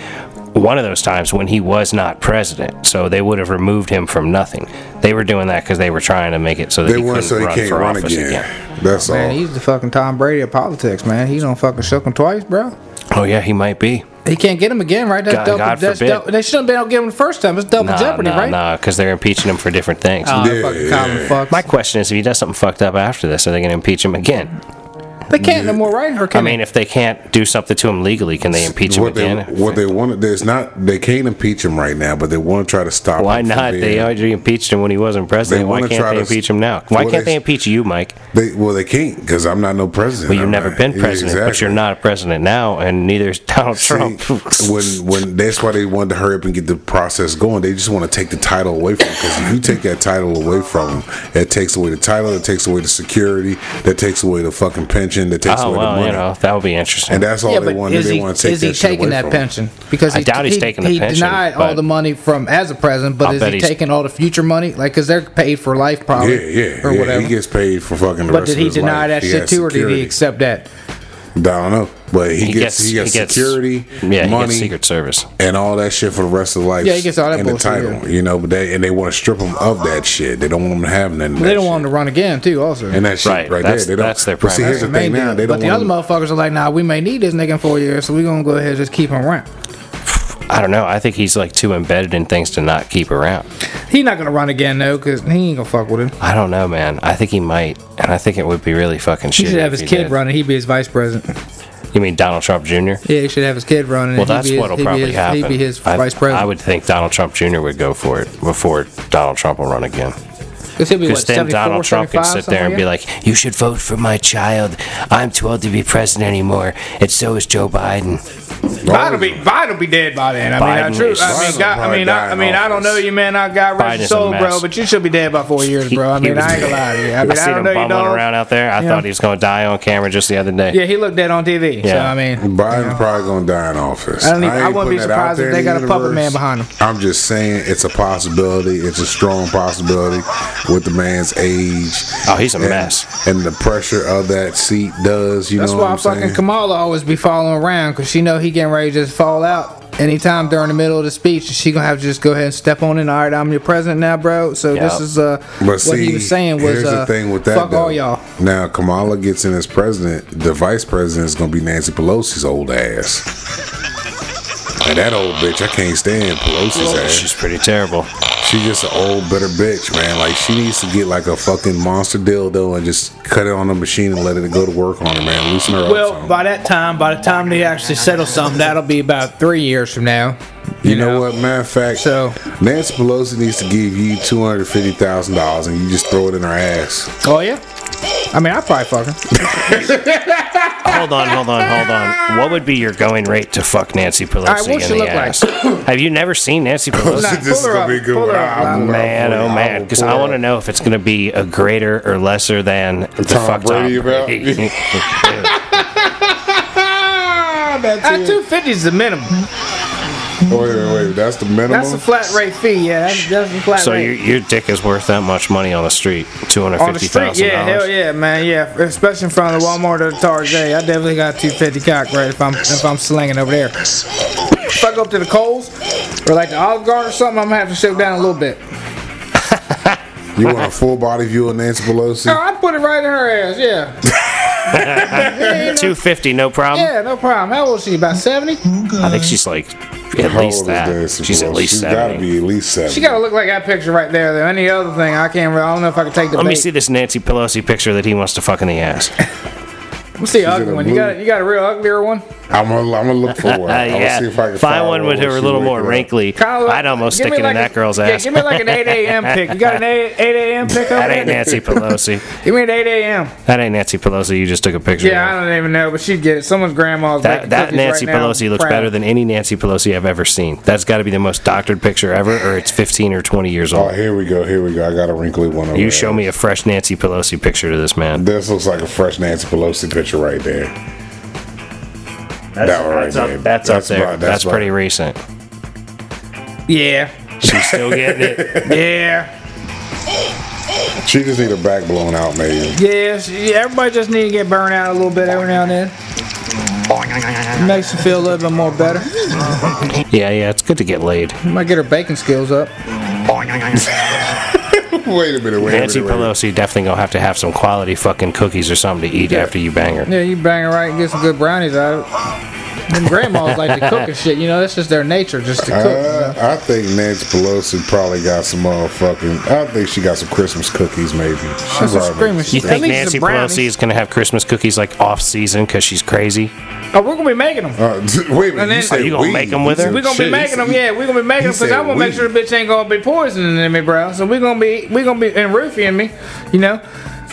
Speaker 1: one of those times when he was not president. So they would have removed him from nothing. They were doing that because they were trying to make it so that
Speaker 3: They
Speaker 1: he
Speaker 3: won,
Speaker 1: couldn't
Speaker 3: so he
Speaker 1: run
Speaker 3: can't
Speaker 1: for
Speaker 3: run
Speaker 1: office
Speaker 3: again.
Speaker 1: again.
Speaker 3: That's all.
Speaker 2: Man, he's the fucking Tom Brady of politics, man. He's on fucking shook him twice, bro.
Speaker 1: Oh yeah, he might be.
Speaker 2: He can't get him again, right? That's
Speaker 1: God-
Speaker 2: double,
Speaker 1: God
Speaker 2: that's
Speaker 1: forbid.
Speaker 2: double, they shouldn't have been able to get him the first time. It's double
Speaker 1: Nah,
Speaker 2: jeopardy,
Speaker 1: nah,
Speaker 2: right?
Speaker 1: nah, because they're impeaching him for different things.
Speaker 2: Oh,
Speaker 3: Yeah,
Speaker 2: fucking
Speaker 3: yeah.
Speaker 2: common fucks.
Speaker 1: My question is, if he does something fucked up after this, are they going to impeach him again?
Speaker 5: They can't no more, right? Or
Speaker 1: I
Speaker 5: can
Speaker 1: mean, if they can't do something to him legally, can they impeach him
Speaker 3: What they,
Speaker 1: again?
Speaker 3: what they want there's not they can't impeach him right now, but they want to try to stop.
Speaker 1: Why
Speaker 3: him from
Speaker 1: not? They
Speaker 3: being-
Speaker 1: already impeached him when he wasn't president. Why
Speaker 3: wanna
Speaker 1: can't
Speaker 3: try
Speaker 1: they
Speaker 3: to-
Speaker 1: impeach him now? Why
Speaker 3: Well,
Speaker 1: can't
Speaker 3: they-
Speaker 1: they impeach you, Mike?
Speaker 3: They well, they can't because I'm not no president.
Speaker 1: Well, you've
Speaker 3: I'm
Speaker 1: never
Speaker 3: not-
Speaker 1: been
Speaker 3: Yeah,
Speaker 1: president, but
Speaker 3: exactly.
Speaker 1: you're not a president now, and neither is Donald
Speaker 3: See,
Speaker 1: Trump.
Speaker 3: <laughs> when when that's why they wanted to hurry up and get the process going. They just want to take the title away from because if you take that title away from them, that takes away the title, that takes away the security, that takes away the fucking pension, that
Speaker 1: <laughs>
Speaker 3: takes
Speaker 1: oh
Speaker 3: away the
Speaker 1: well,
Speaker 3: money,
Speaker 1: you know that would be interesting.
Speaker 3: and that's all
Speaker 5: yeah,
Speaker 3: Oh, they
Speaker 5: but
Speaker 3: want.
Speaker 5: is
Speaker 3: They
Speaker 5: he,
Speaker 3: want to take
Speaker 5: is he
Speaker 3: that shit
Speaker 5: taking
Speaker 3: away
Speaker 5: that
Speaker 3: from 'em.
Speaker 5: pension? Because
Speaker 1: I
Speaker 5: he,
Speaker 1: doubt he's
Speaker 5: he-
Speaker 1: taking the
Speaker 5: he
Speaker 1: pension,
Speaker 5: denied all
Speaker 1: but-
Speaker 5: the money from as a president, but
Speaker 1: I
Speaker 5: is
Speaker 1: bet
Speaker 5: he
Speaker 1: he's-
Speaker 5: taking all the future money? Like, because they're paid for life,
Speaker 3: Yeah,
Speaker 5: probably,
Speaker 3: yeah,
Speaker 5: or
Speaker 3: yeah.
Speaker 5: whatever.
Speaker 3: He gets paid for fucking the
Speaker 5: but
Speaker 3: rest
Speaker 5: did
Speaker 3: of
Speaker 5: he
Speaker 3: his
Speaker 5: deny
Speaker 3: life.
Speaker 5: that
Speaker 3: He
Speaker 5: shit
Speaker 3: has
Speaker 5: too, or did he
Speaker 3: security.
Speaker 5: accept that?
Speaker 3: I don't know, but he, gets, he gets security,
Speaker 1: yeah, he
Speaker 3: money,
Speaker 1: gets Secret Service.
Speaker 3: and all that shit for the rest of life.
Speaker 5: Yeah, he gets all that
Speaker 3: and the
Speaker 5: bullshit,
Speaker 3: title,
Speaker 5: yeah.
Speaker 3: you know. But they and they want to strip him of that shit. They don't want him to have none. Of
Speaker 5: They
Speaker 3: that
Speaker 5: don't
Speaker 3: shit.
Speaker 5: want him to run again, too. Also,
Speaker 3: And that shit
Speaker 1: Right,
Speaker 3: right, there.
Speaker 1: that's-
Speaker 3: They don't,
Speaker 1: that's their
Speaker 3: But see,
Speaker 1: primary.
Speaker 3: here's the
Speaker 5: That's the
Speaker 3: thing
Speaker 5: main
Speaker 3: now.
Speaker 5: deal.
Speaker 3: They don't
Speaker 5: but the
Speaker 3: want
Speaker 5: other
Speaker 3: him-
Speaker 5: motherfuckers are like, nah, we may need this nigga in four years, so we're gonna go ahead and just keep him around.
Speaker 1: I don't know. I think he's like too embedded in things to not keep around.
Speaker 5: He not gonna run again though, cause he ain't gonna fuck with him.
Speaker 1: I don't know, man. I think he might, and I think it would be really fucking shit.
Speaker 5: He should have
Speaker 1: if
Speaker 5: his kid
Speaker 1: did.
Speaker 5: running. He'd be his vice president.
Speaker 1: You mean Donald Trump Jr.?
Speaker 5: Yeah, he should have his kid running.
Speaker 1: Well,
Speaker 5: and he'd
Speaker 1: that's
Speaker 5: be his-
Speaker 1: what'll
Speaker 5: he'd be
Speaker 1: probably
Speaker 5: his-
Speaker 1: happen.
Speaker 5: He'd be his
Speaker 1: I,
Speaker 5: vice president.
Speaker 1: I would think Donald Trump Jr. would go for it before Donald Trump will run again.
Speaker 5: Because he'll be what,
Speaker 1: Because then
Speaker 5: 74,
Speaker 1: Donald Trump can
Speaker 5: 75,
Speaker 1: sit there and be
Speaker 5: something
Speaker 1: like, "You should vote for my child. I'm too old to be president anymore, and so is Joe Biden."
Speaker 5: Biden will be Biden will be dead by then. I mean,
Speaker 1: Biden
Speaker 5: I, true.
Speaker 1: is-
Speaker 5: I
Speaker 3: Biden
Speaker 5: mean, God, I
Speaker 3: probably
Speaker 5: mean,
Speaker 3: die
Speaker 5: I, I
Speaker 3: in
Speaker 5: mean, I don't know
Speaker 3: office.
Speaker 5: you, man. I got
Speaker 1: Biden
Speaker 5: rest your
Speaker 1: is a
Speaker 5: soul,
Speaker 1: mess.
Speaker 5: bro. But you should be dead by four years, bro.
Speaker 1: He-
Speaker 5: I
Speaker 1: he
Speaker 5: mean,
Speaker 1: was-
Speaker 5: I ain't gonna lie to you. I mean, I,
Speaker 1: seen
Speaker 5: don't
Speaker 1: him
Speaker 5: know you
Speaker 1: bumbling
Speaker 5: don't.
Speaker 1: around out there. I
Speaker 5: Yeah.
Speaker 1: thought he was going to die on camera just the other day.
Speaker 5: Yeah, he looked dead on TV. So
Speaker 1: Yeah.
Speaker 5: I mean,
Speaker 3: Biden's probably gonna die in office.
Speaker 5: I don't even- I
Speaker 3: ain't
Speaker 5: wouldn't be
Speaker 3: putting that out
Speaker 5: surprised if
Speaker 3: there in
Speaker 5: they
Speaker 3: the
Speaker 5: got a puppet
Speaker 3: universe.
Speaker 5: man behind him.
Speaker 3: I'm just saying it's a possibility. It's a strong possibility with the man's age.
Speaker 1: Oh, he's a
Speaker 3: and,
Speaker 1: mess.
Speaker 3: And the pressure of that seat does. You
Speaker 5: That's
Speaker 3: know
Speaker 5: why
Speaker 3: what I'm
Speaker 5: fucking
Speaker 3: saying?
Speaker 5: Kamala always be following around because she know he getting ready to just fall out anytime during the middle of the speech. She gonna have to just go ahead and step on in. All right, I'm your president now, bro. So
Speaker 1: Yeah.
Speaker 5: this is uh,
Speaker 3: But
Speaker 5: what
Speaker 3: see,
Speaker 5: he was saying was
Speaker 3: here's
Speaker 5: uh,
Speaker 3: the thing with that.
Speaker 5: fuck
Speaker 3: though.
Speaker 5: all y'all.
Speaker 3: Now Kamala gets in as president. The vice president is gonna be Nancy Pelosi's old ass. And that old bitch, I can't stand Pelosi's ass.
Speaker 1: She's pretty terrible.
Speaker 3: She just an old bitter bitch, man. Like she needs to get like a fucking monster dildo and just cut it on the machine and let it go to work on her, man. Loosen her up.
Speaker 5: Well,
Speaker 3: some.
Speaker 5: by that time, by the time they actually settle something, that'll be about three years from now.
Speaker 3: you know, what? Matter of fact,
Speaker 5: So-
Speaker 3: Nancy Pelosi needs to give you two hundred fifty thousand dollars and you just throw it in her ass.
Speaker 5: Oh yeah. I mean, I probably fucking.
Speaker 1: Hold on, hold on, hold on. What would be your going rate to fuck Nancy Pelosi
Speaker 5: right,
Speaker 1: in
Speaker 5: what's she
Speaker 1: the
Speaker 5: look
Speaker 1: ass? Have you never seen
Speaker 5: <laughs>
Speaker 1: Nancy
Speaker 5: Nah,
Speaker 3: <laughs>
Speaker 1: Pelosi?
Speaker 5: pull her up, pull her up,
Speaker 3: I'll
Speaker 5: nah.
Speaker 1: Man,
Speaker 3: pull her up for you.
Speaker 1: oh
Speaker 3: I
Speaker 1: man,
Speaker 3: will
Speaker 1: because
Speaker 3: pull
Speaker 1: I
Speaker 3: her
Speaker 1: want to
Speaker 3: up.
Speaker 1: know if it's going to be a greater or lesser than the
Speaker 3: Tom
Speaker 1: fuck
Speaker 3: Brady
Speaker 1: Tom
Speaker 3: about?
Speaker 1: Brady. <laughs>
Speaker 5: At two fifty is the minimum.
Speaker 3: Wait, wait, wait. That's the minimum.
Speaker 5: That's a flat rate fee. Yeah, that's, that's a flat
Speaker 1: so
Speaker 5: rate.
Speaker 1: your your dick is worth that much money on the street? Two hundred
Speaker 5: On the
Speaker 1: fifty
Speaker 5: street,
Speaker 1: thousand
Speaker 5: yeah, hell
Speaker 1: dollars.
Speaker 5: yeah, man, yeah. Especially in front of Walmart or the Target, I definitely got two fifty cock right if I'm if I'm slinging over there. If I go up to the Coles or like the Olive Garden or something, I'm gonna have to shift down a little bit.
Speaker 3: you want a full body view of Nancy
Speaker 5: No,
Speaker 3: Pelosi?
Speaker 5: I'd put it right in her ass.
Speaker 1: <laughs>
Speaker 5: Yeah,
Speaker 1: Two fifty, no problem.
Speaker 5: yeah, no problem. How old is she? About seventy?
Speaker 1: I think she's like at least
Speaker 3: How old is
Speaker 1: that.
Speaker 3: Nancy
Speaker 1: She's at
Speaker 3: Pelosi?
Speaker 1: least
Speaker 3: She's
Speaker 1: seventy.
Speaker 3: gotta be at least seven.
Speaker 5: She gotta look like that picture right there. Though any other thing, I can't. Really, I don't know if I can take the.
Speaker 1: Let me
Speaker 5: bait.
Speaker 1: see this Nancy Pelosi picture that he wants to fuck in the ass.
Speaker 3: <laughs>
Speaker 5: Let me see an
Speaker 3: in
Speaker 5: ugly
Speaker 3: a
Speaker 5: one. You
Speaker 3: blue-
Speaker 5: got you got a real uglier one.
Speaker 3: I'm gonna, I'm gonna look for
Speaker 1: <laughs>
Speaker 3: one. I'm
Speaker 1: yeah,
Speaker 3: gonna see if I can
Speaker 1: find one with
Speaker 3: when
Speaker 1: her a
Speaker 3: she
Speaker 1: little
Speaker 3: wake
Speaker 1: more
Speaker 3: it up.
Speaker 1: wrinkly.
Speaker 5: Kinda look-
Speaker 1: I'd almost
Speaker 5: give
Speaker 1: stick
Speaker 5: me
Speaker 1: it in
Speaker 5: like
Speaker 1: that
Speaker 5: a-
Speaker 1: girl's
Speaker 5: yeah,
Speaker 1: ass.
Speaker 5: give me like an eight a.m. pick. You got an eight eight a.m. pick over
Speaker 1: <laughs> that
Speaker 5: there?
Speaker 1: ain't Nancy Pelosi.
Speaker 5: Give me an eight a.m.
Speaker 1: That ain't Nancy Pelosi. You just took a picture.
Speaker 5: Yeah,
Speaker 1: of.
Speaker 5: I don't even know, but she'd get it. Someone's grandma's
Speaker 1: That,
Speaker 5: baking
Speaker 1: that
Speaker 5: cookies right
Speaker 1: Nancy
Speaker 5: now.
Speaker 1: Pelosi looks
Speaker 5: Proud.
Speaker 1: better than any Nancy Pelosi I've ever seen. That's got to be the most doctored picture ever, or it's 15 or 20 years
Speaker 3: Oh,
Speaker 1: old.
Speaker 3: here we go. Here we go. I got a wrinkly one. Over
Speaker 5: Oh,
Speaker 1: You
Speaker 3: there.
Speaker 1: show me a fresh Nancy Pelosi picture to this man.
Speaker 3: This looks like a fresh Nancy Pelosi picture right there.
Speaker 1: That's,
Speaker 3: That one right
Speaker 1: that's
Speaker 3: there.
Speaker 1: up, that's
Speaker 3: That's
Speaker 1: up there.
Speaker 3: about-
Speaker 1: that's
Speaker 3: that's
Speaker 1: pretty
Speaker 3: about-
Speaker 1: recent.
Speaker 5: Yeah,
Speaker 1: She's still getting
Speaker 5: <laughs>
Speaker 1: it.
Speaker 5: yeah,
Speaker 3: She just need her back blown out, maybe.
Speaker 5: yeah. She, everybody just need to get burned out a little bit every now and then. Makes you feel a little bit more better.
Speaker 1: Yeah, yeah. It's good to get laid.
Speaker 5: Might get her baking skills up.
Speaker 3: <laughs> wait a minute. Wait
Speaker 1: Nancy
Speaker 3: a minute. Wait.
Speaker 1: Pelosi definitely gonna have to have some quality fucking cookies or something to eat after you bang her.
Speaker 5: Yeah, you bang her right and get some good brownies out of it. Them grandmas like to cook and shit. You know, that's just their nature, just to cook.
Speaker 3: Uh, I think Nancy Pelosi probably got some motherfucking. I think she got some Christmas cookies, maybe. She
Speaker 5: That's some
Speaker 3: probably-
Speaker 5: screaming shit.
Speaker 1: You
Speaker 5: At
Speaker 1: think
Speaker 5: least it's a
Speaker 1: Nancy
Speaker 5: brownie.
Speaker 1: Pelosi is going to have Christmas cookies like off season because she's crazy?
Speaker 5: Oh, we're gonna be making them.
Speaker 3: Uh, <laughs> wait a minute.
Speaker 5: And then-
Speaker 3: you said
Speaker 1: Are you gonna
Speaker 3: we.
Speaker 1: make 'em with
Speaker 3: You
Speaker 1: her?
Speaker 3: said
Speaker 5: We're gonna
Speaker 3: shit.
Speaker 5: be making them, yeah. We're gonna be making them because
Speaker 3: said
Speaker 5: I want to make
Speaker 3: we.
Speaker 5: sure the bitch ain't gonna be poisoning in me, bro. So we're gonna be, we're gonna be and roofing me, you know.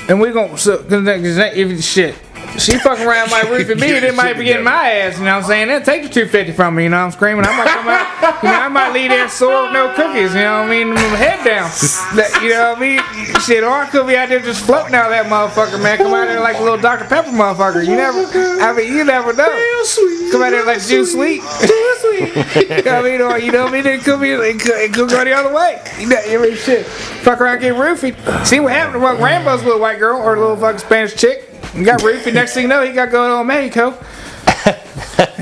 Speaker 5: And we're gonna, so, cause that, cause that, if shit, she fucking around my roof and me,
Speaker 3: Get
Speaker 5: then
Speaker 3: your
Speaker 5: might
Speaker 3: shit
Speaker 5: be getting
Speaker 3: together.
Speaker 5: my ass. You know what I'm saying? Then take the 250 from me. You know what I'm screaming. I might come out, you know, I might leave that sore with no cookies. You know what I mean? My head down. That- you know what I mean? Shit, or I could be out there just floating out that motherfucker, man. Come out there like a little Dr Pepper motherfucker. You never, I mean, you never know. Come out there like juice sweet. Juice sweet. you know what <laughs> I mean? Or, you know what I mean? It could be it could, it could go the other way. You know, you mean shit. Fuck around get roofied. See what happened to what Rambo's little white girl or little fucking Spanish chick. He got roofied. Next thing you know, he got going on Mexico.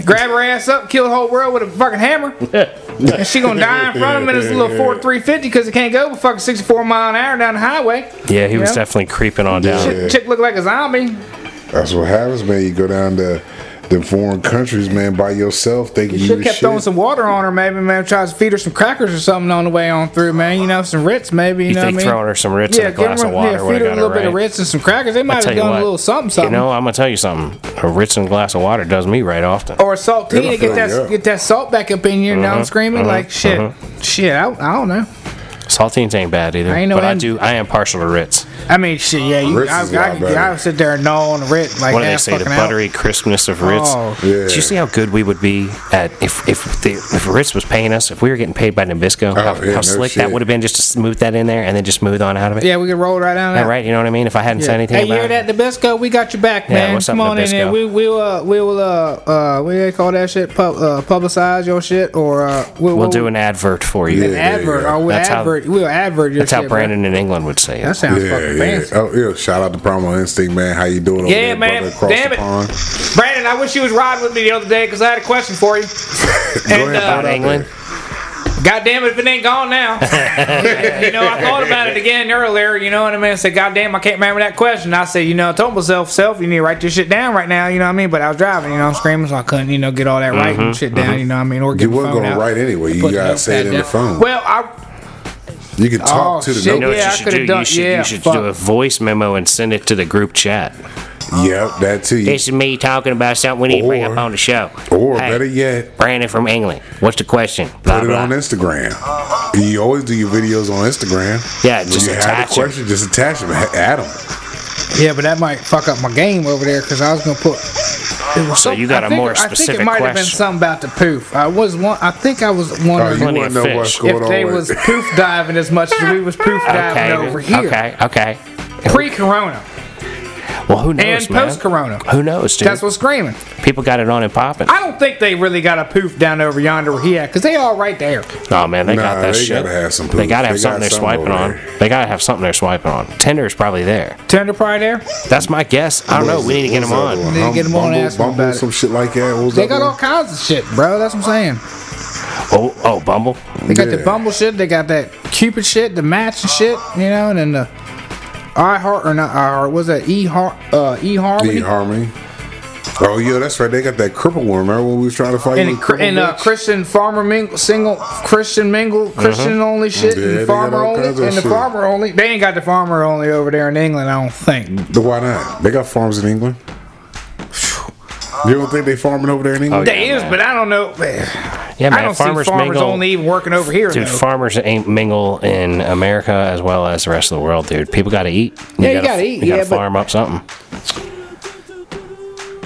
Speaker 5: Grab her ass up, kill the whole world with a fucking hammer. and she gonna die in front of him in his little Ford 350 because it can't go but fucking 64 mile an hour down the highway.
Speaker 1: Yeah, he was
Speaker 5: Yeah.
Speaker 1: definitely creeping on
Speaker 3: Oh,
Speaker 1: down.
Speaker 5: Shit, chick look like a zombie.
Speaker 3: That's what happens, man. You go down to the foreign countries, man, by yourself, thinking
Speaker 5: Should
Speaker 3: you
Speaker 5: have
Speaker 3: the
Speaker 5: kept
Speaker 3: shit.
Speaker 5: throwing some water on her, maybe, man. Try to feed her some crackers or something on the way on through, man. You know, some Ritz, maybe. You,
Speaker 1: You
Speaker 5: know
Speaker 1: think
Speaker 5: what I mean?
Speaker 1: throwing her some Ritz and a
Speaker 5: give
Speaker 1: glass
Speaker 5: her-
Speaker 1: of water
Speaker 5: yeah,
Speaker 1: would
Speaker 5: feed
Speaker 1: have
Speaker 5: her a
Speaker 1: got her
Speaker 5: little
Speaker 1: right?
Speaker 5: bit of Ritz and some crackers. They
Speaker 1: I
Speaker 5: might
Speaker 1: tell
Speaker 5: have
Speaker 1: you
Speaker 5: done
Speaker 1: what,
Speaker 5: a little something, something.
Speaker 1: You know, I'm gonna tell you something. A Ritz and glass of water does me right often.
Speaker 5: or a saltine
Speaker 3: It'll
Speaker 5: to get
Speaker 3: fill you
Speaker 5: that
Speaker 3: up.
Speaker 5: get that salt back up in you. and
Speaker 1: Mm-hmm.
Speaker 5: Now I'm screaming like shit, shit. I, I don't know.
Speaker 1: Saltines ain't bad either.
Speaker 5: I ain't no
Speaker 1: but I
Speaker 5: end-
Speaker 1: do. I am partial to Ritz.
Speaker 5: I mean, shit. Yeah, you,
Speaker 3: Ritz
Speaker 5: I,
Speaker 3: is a lot
Speaker 5: I,
Speaker 3: better.
Speaker 5: I, would sit there and gnaw on the Ritz like
Speaker 1: What do
Speaker 5: that.
Speaker 1: they say? The
Speaker 5: fucking
Speaker 1: buttery crispness of Ritz.
Speaker 5: Oh.
Speaker 1: Do you see how good we would be at if if the, if Ritz was paying us? If we were getting paid by Nabisco, how,
Speaker 3: Oh, yeah,
Speaker 1: how
Speaker 3: no
Speaker 1: slick
Speaker 3: shit.
Speaker 1: that would have been just to smooth that in there and then just smooth on out of it.
Speaker 5: Yeah, we could roll right down.
Speaker 1: Am
Speaker 5: there.
Speaker 1: I right? You know what I mean? If I hadn't said anything
Speaker 5: Hey, you
Speaker 1: about
Speaker 5: hear
Speaker 1: it.
Speaker 5: that, Nabisco? We got your back,
Speaker 1: Yeah,
Speaker 5: man.
Speaker 1: what's up,
Speaker 5: Come on in there.
Speaker 1: Nabisco?
Speaker 5: We we will uh, we will uh uh we they call that shit pub, uh, publicize your shit or uh we'll,
Speaker 1: We'll do an advert for you.
Speaker 3: Yeah.
Speaker 5: advert. Or we'll
Speaker 1: That's how-
Speaker 5: advert. we'll advert your
Speaker 1: That's
Speaker 5: shit.
Speaker 1: how
Speaker 5: bro.
Speaker 1: Brandon in England would say
Speaker 5: That
Speaker 1: it.
Speaker 5: sounds
Speaker 3: Yeah,
Speaker 5: fucking
Speaker 3: yeah.
Speaker 5: fancy.
Speaker 3: Oh, yeah. Shout out to Primal Instinct, man. How you doing over
Speaker 5: Yeah,
Speaker 3: there,
Speaker 5: man.
Speaker 3: brother? Across
Speaker 5: Damn
Speaker 3: the
Speaker 5: it.
Speaker 3: pond.
Speaker 5: Brandon, I wish you was riding with me the other day because I had a question for
Speaker 3: <laughs>
Speaker 5: you.
Speaker 3: Go
Speaker 5: and
Speaker 3: ahead,
Speaker 5: uh,
Speaker 1: About
Speaker 3: out
Speaker 1: England.
Speaker 5: God damn it if it ain't gone now. you know, I thought about it again earlier, you know what I mean? I said, God damn, I can't remember that question. I said, you know, I told myself, self, you need to write this shit down right now, you know what I mean? But I was driving, you know, I'm screaming, so I couldn't, you know, get all that writing
Speaker 1: Mm-hmm,
Speaker 5: shit down, you know what I mean? Or get
Speaker 3: You
Speaker 5: the
Speaker 3: weren't
Speaker 5: phone
Speaker 3: gonna
Speaker 5: out.
Speaker 3: write anyway. You
Speaker 5: Put the
Speaker 3: gotta say it in the
Speaker 5: notepad down.
Speaker 3: phone.
Speaker 5: Well, I
Speaker 3: you can talk
Speaker 5: Oh,
Speaker 3: to the
Speaker 5: shit.
Speaker 1: You know what
Speaker 3: notes.
Speaker 5: Yeah, I
Speaker 1: you should
Speaker 5: could've
Speaker 1: do?
Speaker 5: done-
Speaker 1: you should,
Speaker 5: yeah,
Speaker 1: you should
Speaker 5: fuck.
Speaker 1: do a voice memo and send it to the group chat.
Speaker 3: Yep, that too. You-
Speaker 1: This is me talking about something we need to bring up
Speaker 3: Or-
Speaker 1: on the show.
Speaker 3: Or
Speaker 1: Hey,
Speaker 3: better yet,
Speaker 1: Brandon from England. What's the question? Blah,
Speaker 3: put it
Speaker 1: blah.
Speaker 3: on Instagram. You always do your videos on Instagram.
Speaker 1: Yeah,
Speaker 3: When
Speaker 1: just
Speaker 3: you
Speaker 1: attach
Speaker 3: have a
Speaker 1: 'em.
Speaker 3: question, just attach them. Add them.
Speaker 5: yeah, but that might fuck up my game over there because I was gonna put. It was
Speaker 1: So you got
Speaker 5: I
Speaker 1: a
Speaker 5: think-
Speaker 1: more
Speaker 5: I think it
Speaker 1: specific
Speaker 5: might have been
Speaker 1: question.
Speaker 5: something about the poof. I was one. I think I was
Speaker 3: Oh,
Speaker 5: wondering
Speaker 3: you
Speaker 1: Plenty
Speaker 3: want
Speaker 1: of
Speaker 3: to know what's
Speaker 1: fish.
Speaker 3: going
Speaker 5: if they
Speaker 3: on?
Speaker 5: was
Speaker 3: with-
Speaker 5: poof diving as much as we was poof diving
Speaker 1: Okay,
Speaker 5: over here
Speaker 1: okay, okay.
Speaker 5: pre-corona.
Speaker 1: Well, who knows,
Speaker 5: And
Speaker 1: man?
Speaker 5: post-corona.
Speaker 1: Who knows, dude?
Speaker 5: That's what's screaming.
Speaker 1: People got it on and popping.
Speaker 5: I don't think they really got a poof down over yonder where he at, 'cause they all right there.
Speaker 1: Oh man, they
Speaker 3: Nah,
Speaker 1: got that
Speaker 3: they
Speaker 1: shit.
Speaker 3: gotta have some
Speaker 1: they
Speaker 3: poof.
Speaker 1: gotta have
Speaker 3: They got
Speaker 1: something they're
Speaker 3: something
Speaker 1: swiping
Speaker 3: over
Speaker 1: on.
Speaker 3: there.
Speaker 1: They gotta have something they're swiping on. Tinder's probably there.
Speaker 5: Tender pie there.
Speaker 1: That's my guess. I don't know. We need to get
Speaker 3: What
Speaker 1: them
Speaker 3: was the other
Speaker 1: on.
Speaker 3: one?
Speaker 5: Need to get 'em on and
Speaker 3: Bumble-
Speaker 5: ask 'em
Speaker 3: Bumble,
Speaker 5: about it.
Speaker 3: some shit like that. What was
Speaker 5: They
Speaker 3: that
Speaker 5: got
Speaker 3: one?
Speaker 5: all kinds of shit, bro. That's what I'm saying.
Speaker 1: Oh, oh, Bumble.
Speaker 5: They got the
Speaker 3: Yeah.
Speaker 5: Bumble shit. They got that Cupid shit, the match and shit, you know, and then the iHeart or not iHeart. Was that E Har uh, E
Speaker 3: D
Speaker 5: Harmony?
Speaker 3: Harmony. Oh yeah, that's right. They got that cripple one. Remember when we was trying to fight?
Speaker 5: And,
Speaker 3: with
Speaker 5: cr-
Speaker 3: cripple
Speaker 5: and uh,
Speaker 3: bitch?
Speaker 5: Christian farmer mingle, single Christian mingle Christian only shit
Speaker 3: Yeah, Uh-huh. they
Speaker 5: and
Speaker 3: got
Speaker 5: farmer
Speaker 3: all
Speaker 5: only and
Speaker 3: kinds of
Speaker 5: the
Speaker 3: shit.
Speaker 5: farmer only they ain't got the farmer only over there in England I don't think
Speaker 3: The- why not? They got farms in England. You don't think they farming over there in England?
Speaker 1: Oh, yeah.
Speaker 5: they is
Speaker 1: man.
Speaker 5: but I don't know
Speaker 1: Yeah, man.
Speaker 5: I don't
Speaker 1: farmers
Speaker 5: see farmers
Speaker 1: mingle.
Speaker 5: only even working over here
Speaker 1: Dude,
Speaker 5: though.
Speaker 1: farmers ain't mingle in America as well as the rest of the world, dude. People got to eat.
Speaker 5: Yeah, you gotta eat,
Speaker 1: You
Speaker 5: yeah,
Speaker 1: gotta
Speaker 5: but-
Speaker 1: farm up something. Oh,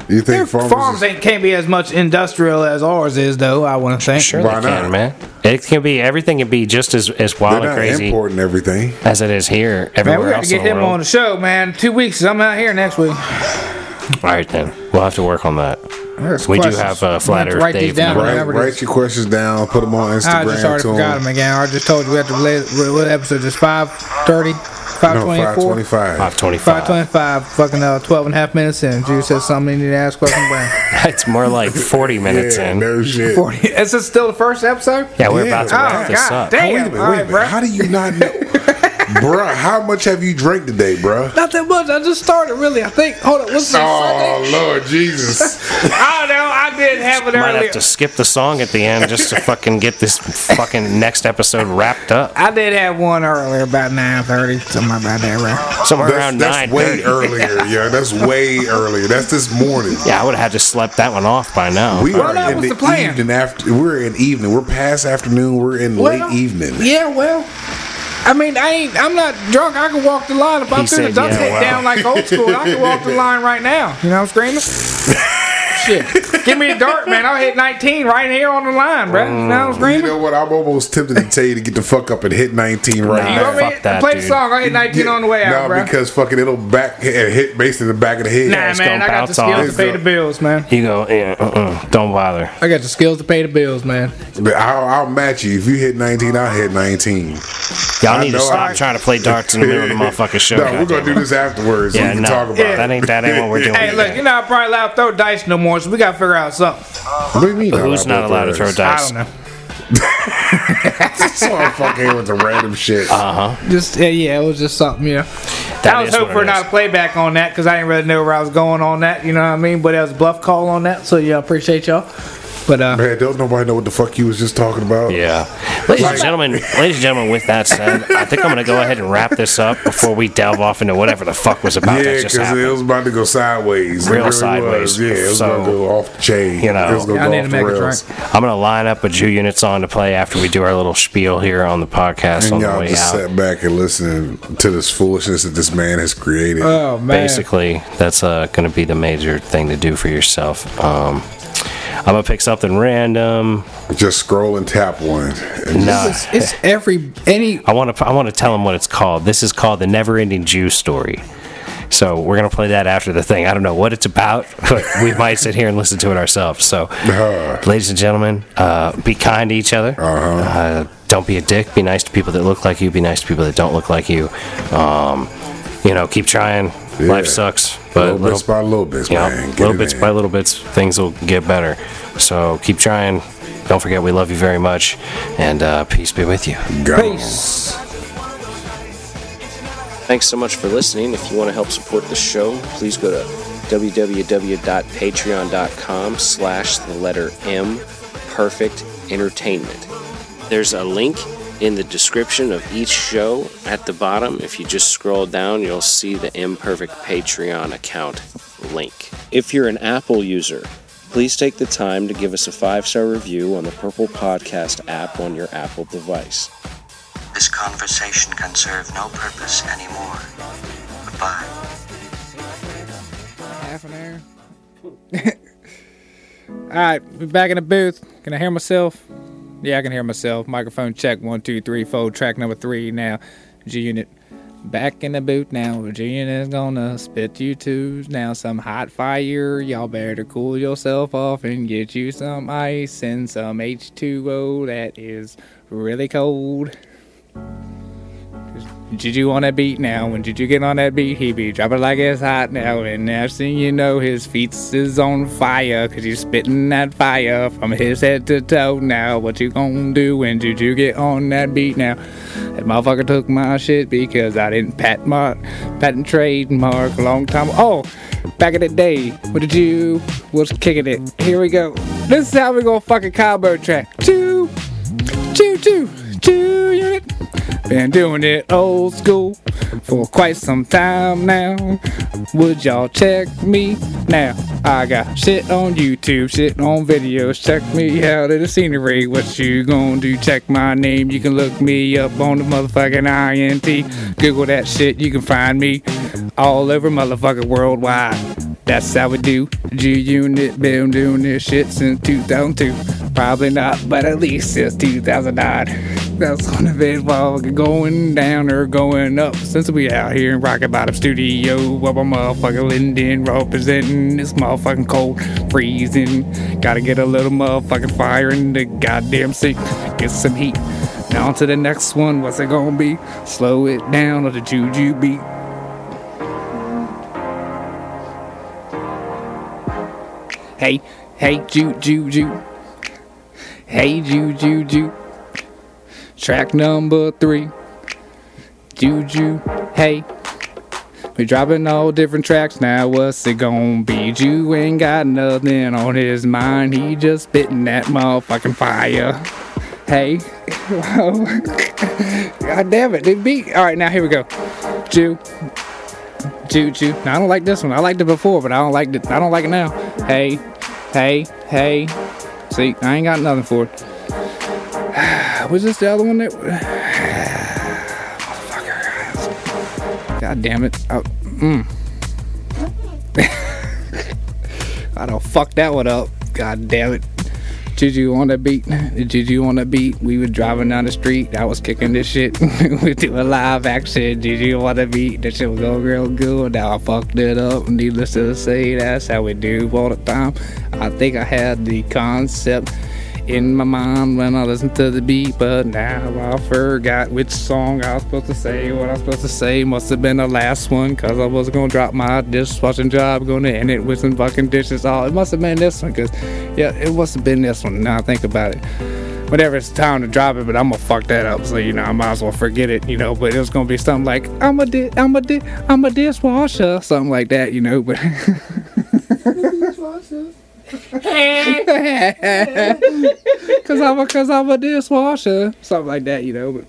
Speaker 3: You think
Speaker 5: Their
Speaker 3: farmers?
Speaker 5: farms
Speaker 3: is-
Speaker 5: ain't, can't be as much industrial as ours is, though. I wouldn't think.
Speaker 1: Sure,
Speaker 3: Why
Speaker 1: they can,
Speaker 3: not?
Speaker 1: man. It can be everything can be just as as
Speaker 3: they're
Speaker 1: wild and
Speaker 3: not
Speaker 1: crazy
Speaker 3: importing everything.
Speaker 1: as it is here.
Speaker 5: Man,
Speaker 1: Everywhere
Speaker 5: we got to
Speaker 1: else
Speaker 5: get
Speaker 1: in the
Speaker 5: him on
Speaker 1: world.
Speaker 5: the show, man. Two weeks, I'm out here next week.
Speaker 1: All right, then we'll have to work on that.
Speaker 5: There's
Speaker 1: We do
Speaker 5: questions.
Speaker 1: have, uh,
Speaker 5: I'm gonna
Speaker 1: Flat
Speaker 5: have to
Speaker 1: Earth
Speaker 5: write these
Speaker 1: Dave
Speaker 5: down.
Speaker 1: now.
Speaker 3: Write,
Speaker 5: whatever it is.
Speaker 3: write your questions down. Put them on
Speaker 5: I
Speaker 3: Instagram
Speaker 5: just already
Speaker 3: to
Speaker 5: forgot
Speaker 3: 'em.
Speaker 5: him again. I just told you we have to lay what episode is 530,
Speaker 3: No, five
Speaker 5: 524,
Speaker 3: twenty-five.
Speaker 1: Five twenty-five.
Speaker 5: 525, fucking uh, 12 and a half minutes in. Jude said something you need to ask question Brown.
Speaker 1: <laughs> That's more like forty minutes
Speaker 3: Yeah,
Speaker 1: in.
Speaker 3: no shit.
Speaker 4: <laughs>
Speaker 5: 40. Is this still the first episode?
Speaker 1: Yeah, we're
Speaker 3: Yeah.
Speaker 1: about to
Speaker 3: Oh,
Speaker 1: wrap this
Speaker 5: God
Speaker 1: up.
Speaker 5: damn.
Speaker 3: Wait a minute,
Speaker 5: All
Speaker 3: wait
Speaker 5: right,
Speaker 3: a minute.
Speaker 5: bruh.
Speaker 3: How do you not
Speaker 1: <laughs>
Speaker 3: know, bruh? How much have you drank today, bruh?
Speaker 5: Not that much. I just started, really. I think. Hold on. What's this? Sunday?
Speaker 1: <laughs>
Speaker 3: Oh Lord Jesus!
Speaker 5: I don't know. I
Speaker 4: did have it
Speaker 1: Might
Speaker 4: earlier.
Speaker 1: have to skip the song at the end just to fucking get this fucking next episode wrapped up.
Speaker 4: I did have one earlier, about nine thirty, something about that, right?
Speaker 1: Somewhere
Speaker 3: That's,
Speaker 1: around
Speaker 3: that's
Speaker 1: nine.
Speaker 3: way
Speaker 1: <laughs>
Speaker 3: earlier, yeah. That's way earlier. That's this morning.
Speaker 1: Yeah, I would have just slept that one off by now.
Speaker 3: We
Speaker 4: Well, that
Speaker 3: are in
Speaker 4: was the
Speaker 3: the,
Speaker 4: plan.
Speaker 3: evening after. We're in evening. We're past afternoon. We're in
Speaker 4: Well,
Speaker 3: late evening.
Speaker 4: Yeah, well, I mean, I ain't. I'm not drunk. I can walk the line if I'm
Speaker 1: He
Speaker 4: through the
Speaker 1: said,
Speaker 4: duct
Speaker 1: yeah,
Speaker 4: tape
Speaker 1: wow.
Speaker 4: down like old school. I
Speaker 1: <laughs>
Speaker 4: can walk the line right now. You know what I'm screaming? Shit, give me a dart, man. I'll hit 19 right here on the line, bro. You know
Speaker 1: Mm.
Speaker 4: what I'm
Speaker 3: You
Speaker 4: screaming?
Speaker 3: know what? I'm almost tempted to tell you to get the fuck up and hit 19 right
Speaker 1: Nah,
Speaker 4: You
Speaker 3: now.
Speaker 4: want me
Speaker 1: fuck that,
Speaker 4: play the
Speaker 1: dude.
Speaker 4: song? I'll hit 19 on the way out,
Speaker 3: nah,
Speaker 4: bro.
Speaker 3: because fucking it'll back and hit basically the back of the head.
Speaker 4: Nah,
Speaker 1: it's
Speaker 4: man,
Speaker 1: gonna
Speaker 4: I got the
Speaker 1: bounce off.
Speaker 4: skills to
Speaker 3: It's
Speaker 4: pay the
Speaker 3: gonna-
Speaker 4: bills, man.
Speaker 1: You go, yeah, uh-uh, don't bother.
Speaker 4: I got the skills to pay the bills, man.
Speaker 3: But I'll, I'll match you. If you hit 19, I'll hit 19.
Speaker 1: Y'all
Speaker 3: I
Speaker 1: need to
Speaker 3: know
Speaker 1: stop
Speaker 3: I-
Speaker 1: trying to play darts in the
Speaker 3: <laughs>
Speaker 1: middle of the motherfucking show.
Speaker 3: no, we're gonna
Speaker 1: goddamn
Speaker 3: do
Speaker 1: it.
Speaker 3: this afterwards. so
Speaker 1: Yeah,
Speaker 3: we can
Speaker 1: no,
Speaker 3: talk about
Speaker 1: that
Speaker 3: it.
Speaker 1: ain't that
Speaker 3: <laughs>
Speaker 1: ain't what we're doing.
Speaker 4: Hey, look,
Speaker 1: today.
Speaker 4: you're not probably allowed to throw dice no more, so we gotta figure out something.
Speaker 3: What do you mean?
Speaker 1: who's not allowed to throw
Speaker 4: I
Speaker 1: dice?
Speaker 4: don't know.
Speaker 3: <laughs> So I'm fucking with the random shit.
Speaker 1: Uh, Uh-huh,
Speaker 4: Just yeah, yeah, it was just something. Yeah, I was
Speaker 1: is what
Speaker 4: hoping for
Speaker 1: it
Speaker 4: not
Speaker 1: is.
Speaker 4: a playback on that because I didn't really know where I was going on that. You know what I mean? But that was a bluff call on that, so yeah, I appreciate y'all. But uh,
Speaker 3: Man, don't nobody know what the fuck you was just talking about.
Speaker 1: Yeah, ladies and gentlemen, ladies and gentlemen. With that said,
Speaker 3: <laughs>
Speaker 1: I think I'm gonna go ahead and wrap this up before we delve off into whatever the fuck was about
Speaker 3: Yeah,
Speaker 1: that just
Speaker 3: because it
Speaker 1: happened.
Speaker 3: was about to go sideways. It
Speaker 1: Real
Speaker 3: was.
Speaker 1: sideways.
Speaker 3: Yeah, it was
Speaker 1: So,
Speaker 3: going to go off the chain.
Speaker 1: you know.
Speaker 3: it was going
Speaker 4: I
Speaker 3: to go
Speaker 4: need
Speaker 3: off
Speaker 4: to
Speaker 3: the
Speaker 4: make a
Speaker 3: rails.
Speaker 4: drink.
Speaker 1: I'm gonna line up a Jew units on to play after we do our little spiel here on the podcast
Speaker 3: And
Speaker 1: on the
Speaker 3: y'all
Speaker 1: way
Speaker 3: just
Speaker 1: out.
Speaker 3: sat back and listened to this foolishness that this man has created.
Speaker 4: oh man,
Speaker 1: basically that's uh, going to be the major thing to do for yourself um, i'm going to pick something random
Speaker 3: just scroll and tap one. And
Speaker 1: no
Speaker 4: it's, it's every any.
Speaker 1: i want to i want to tell them what it's called this is called the never ending jew story so we're going to play that after the thing i don't know what it's about <laughs> but we might sit here and listen to it ourselves so
Speaker 3: Uh-huh.
Speaker 1: ladies and gentlemen uh, be kind to each other uh, don't be a dick be nice to people that look like you be nice to people that don't look like you um, you know keep trying life sucks but
Speaker 3: little, bits by little bits,
Speaker 1: Yeah,
Speaker 3: man. Get
Speaker 1: little
Speaker 3: it
Speaker 1: bits
Speaker 3: in.
Speaker 1: by little bits, things will get better. So keep trying. Don't forget, we love you very much, and uh, peace be with you.
Speaker 3: Got 'em.
Speaker 4: Peace.
Speaker 1: Thanks so much for listening. If you want to help support the show, please go to www.patreon.com slash the letter M Perfect Entertainment. There's a link in the description of each show at the bottom. If you just scroll down, you'll see the Imperfect Patreon account link. If you're an Apple user, please take the time to give us a five star review on the Purple Podcast app on your Apple device.
Speaker 6: This conversation can serve no purpose anymore. Goodbye.
Speaker 4: Half an hour. <laughs> All right, be back in the booth. Can I hear myself? Yeah, I can hear myself. Microphone check one, two, three, four. Track number three now. G unit. Back in the booth now. G unit is gonna spit you twos now. Some hot fire. Y'all better cool yourself off and get you some ice and some H2O that is really cold. Juju on that beat now. When Juju get on that beat, he be dropping like it's hot now. And next thing you know, his feet is on fire. Cause he's spitting that fire from his head to toe now. What you gonna do when Juju get on that beat now? That motherfucker took my shit because I didn't patent my patent trademark a long time. Oh, back in the day, when Juju was kicking it. Here we go. This is how we gonna fucking combo track. Two, choo choo, choo unit. Been doing it old school for quite some time now. Would y'all check me now? I got shit on YouTube, shit on videos. Check me out of the scenery. What you gonna do? Check my name. You can look me up on the motherfucking INT. Google that shit. You can find me all over motherfucking worldwide. That's how we do. G Unit been doing this shit since 2002. Probably not, but at least since 2009. That's on the bed while going down or going up. Since we out here in Rocket Bottom Studio, up on motherfucking Linden, representing this motherfucking cold, freezing. Gotta get a little motherfucking fire in the goddamn sink, get some heat. Now on to the next one, what's it gonna be? Slow it down or the juju beat. Hey, hey, ju ju ju. Hey, ju ju ju. Track number three. Juju, hey. We dropping all different tracks now. What's it gonna be? Jew ain't got nothing on his mind. He just spitting that motherfucking fire. Hey, <laughs> God damn it! They beat. All right, now here we go. Jew, Jew, Jew. Now, I don't like this one. I liked it before, but I don't like it. I don't like it now. Hey, hey, hey. See, I ain't got nothing for it. <sighs> Was this the other one that? <sighs> God damn it. Oh, mm. <laughs> I don't fuck that one up. God damn it. Juju on the beat. Juju on the beat. We were driving down the street. I was kicking this shit. <laughs> we do a live action. Juju on the beat. That shit was going real good. Now I fucked it up. Needless to say, that's how we do all the time. I think I had the concept in my mind when I listened to the beat, but now I forgot which song I was supposed to say. What I was supposed to say must have been the last one, cause I was gonna drop my dishwashing job, gonna end it with some fucking dishes. Oh, it must have been this one, cause yeah, it must have been this one. Now I think about it. Whenever it's time to drop it, but I'm gonna fuck that up, so you know I might as well forget it, you know. But it was gonna be something like I'm a di- I'm a di- I'm a dishwasher, something like that, you know. But Cause I'm a, cause I'm a dishwasher, something like that, you know. But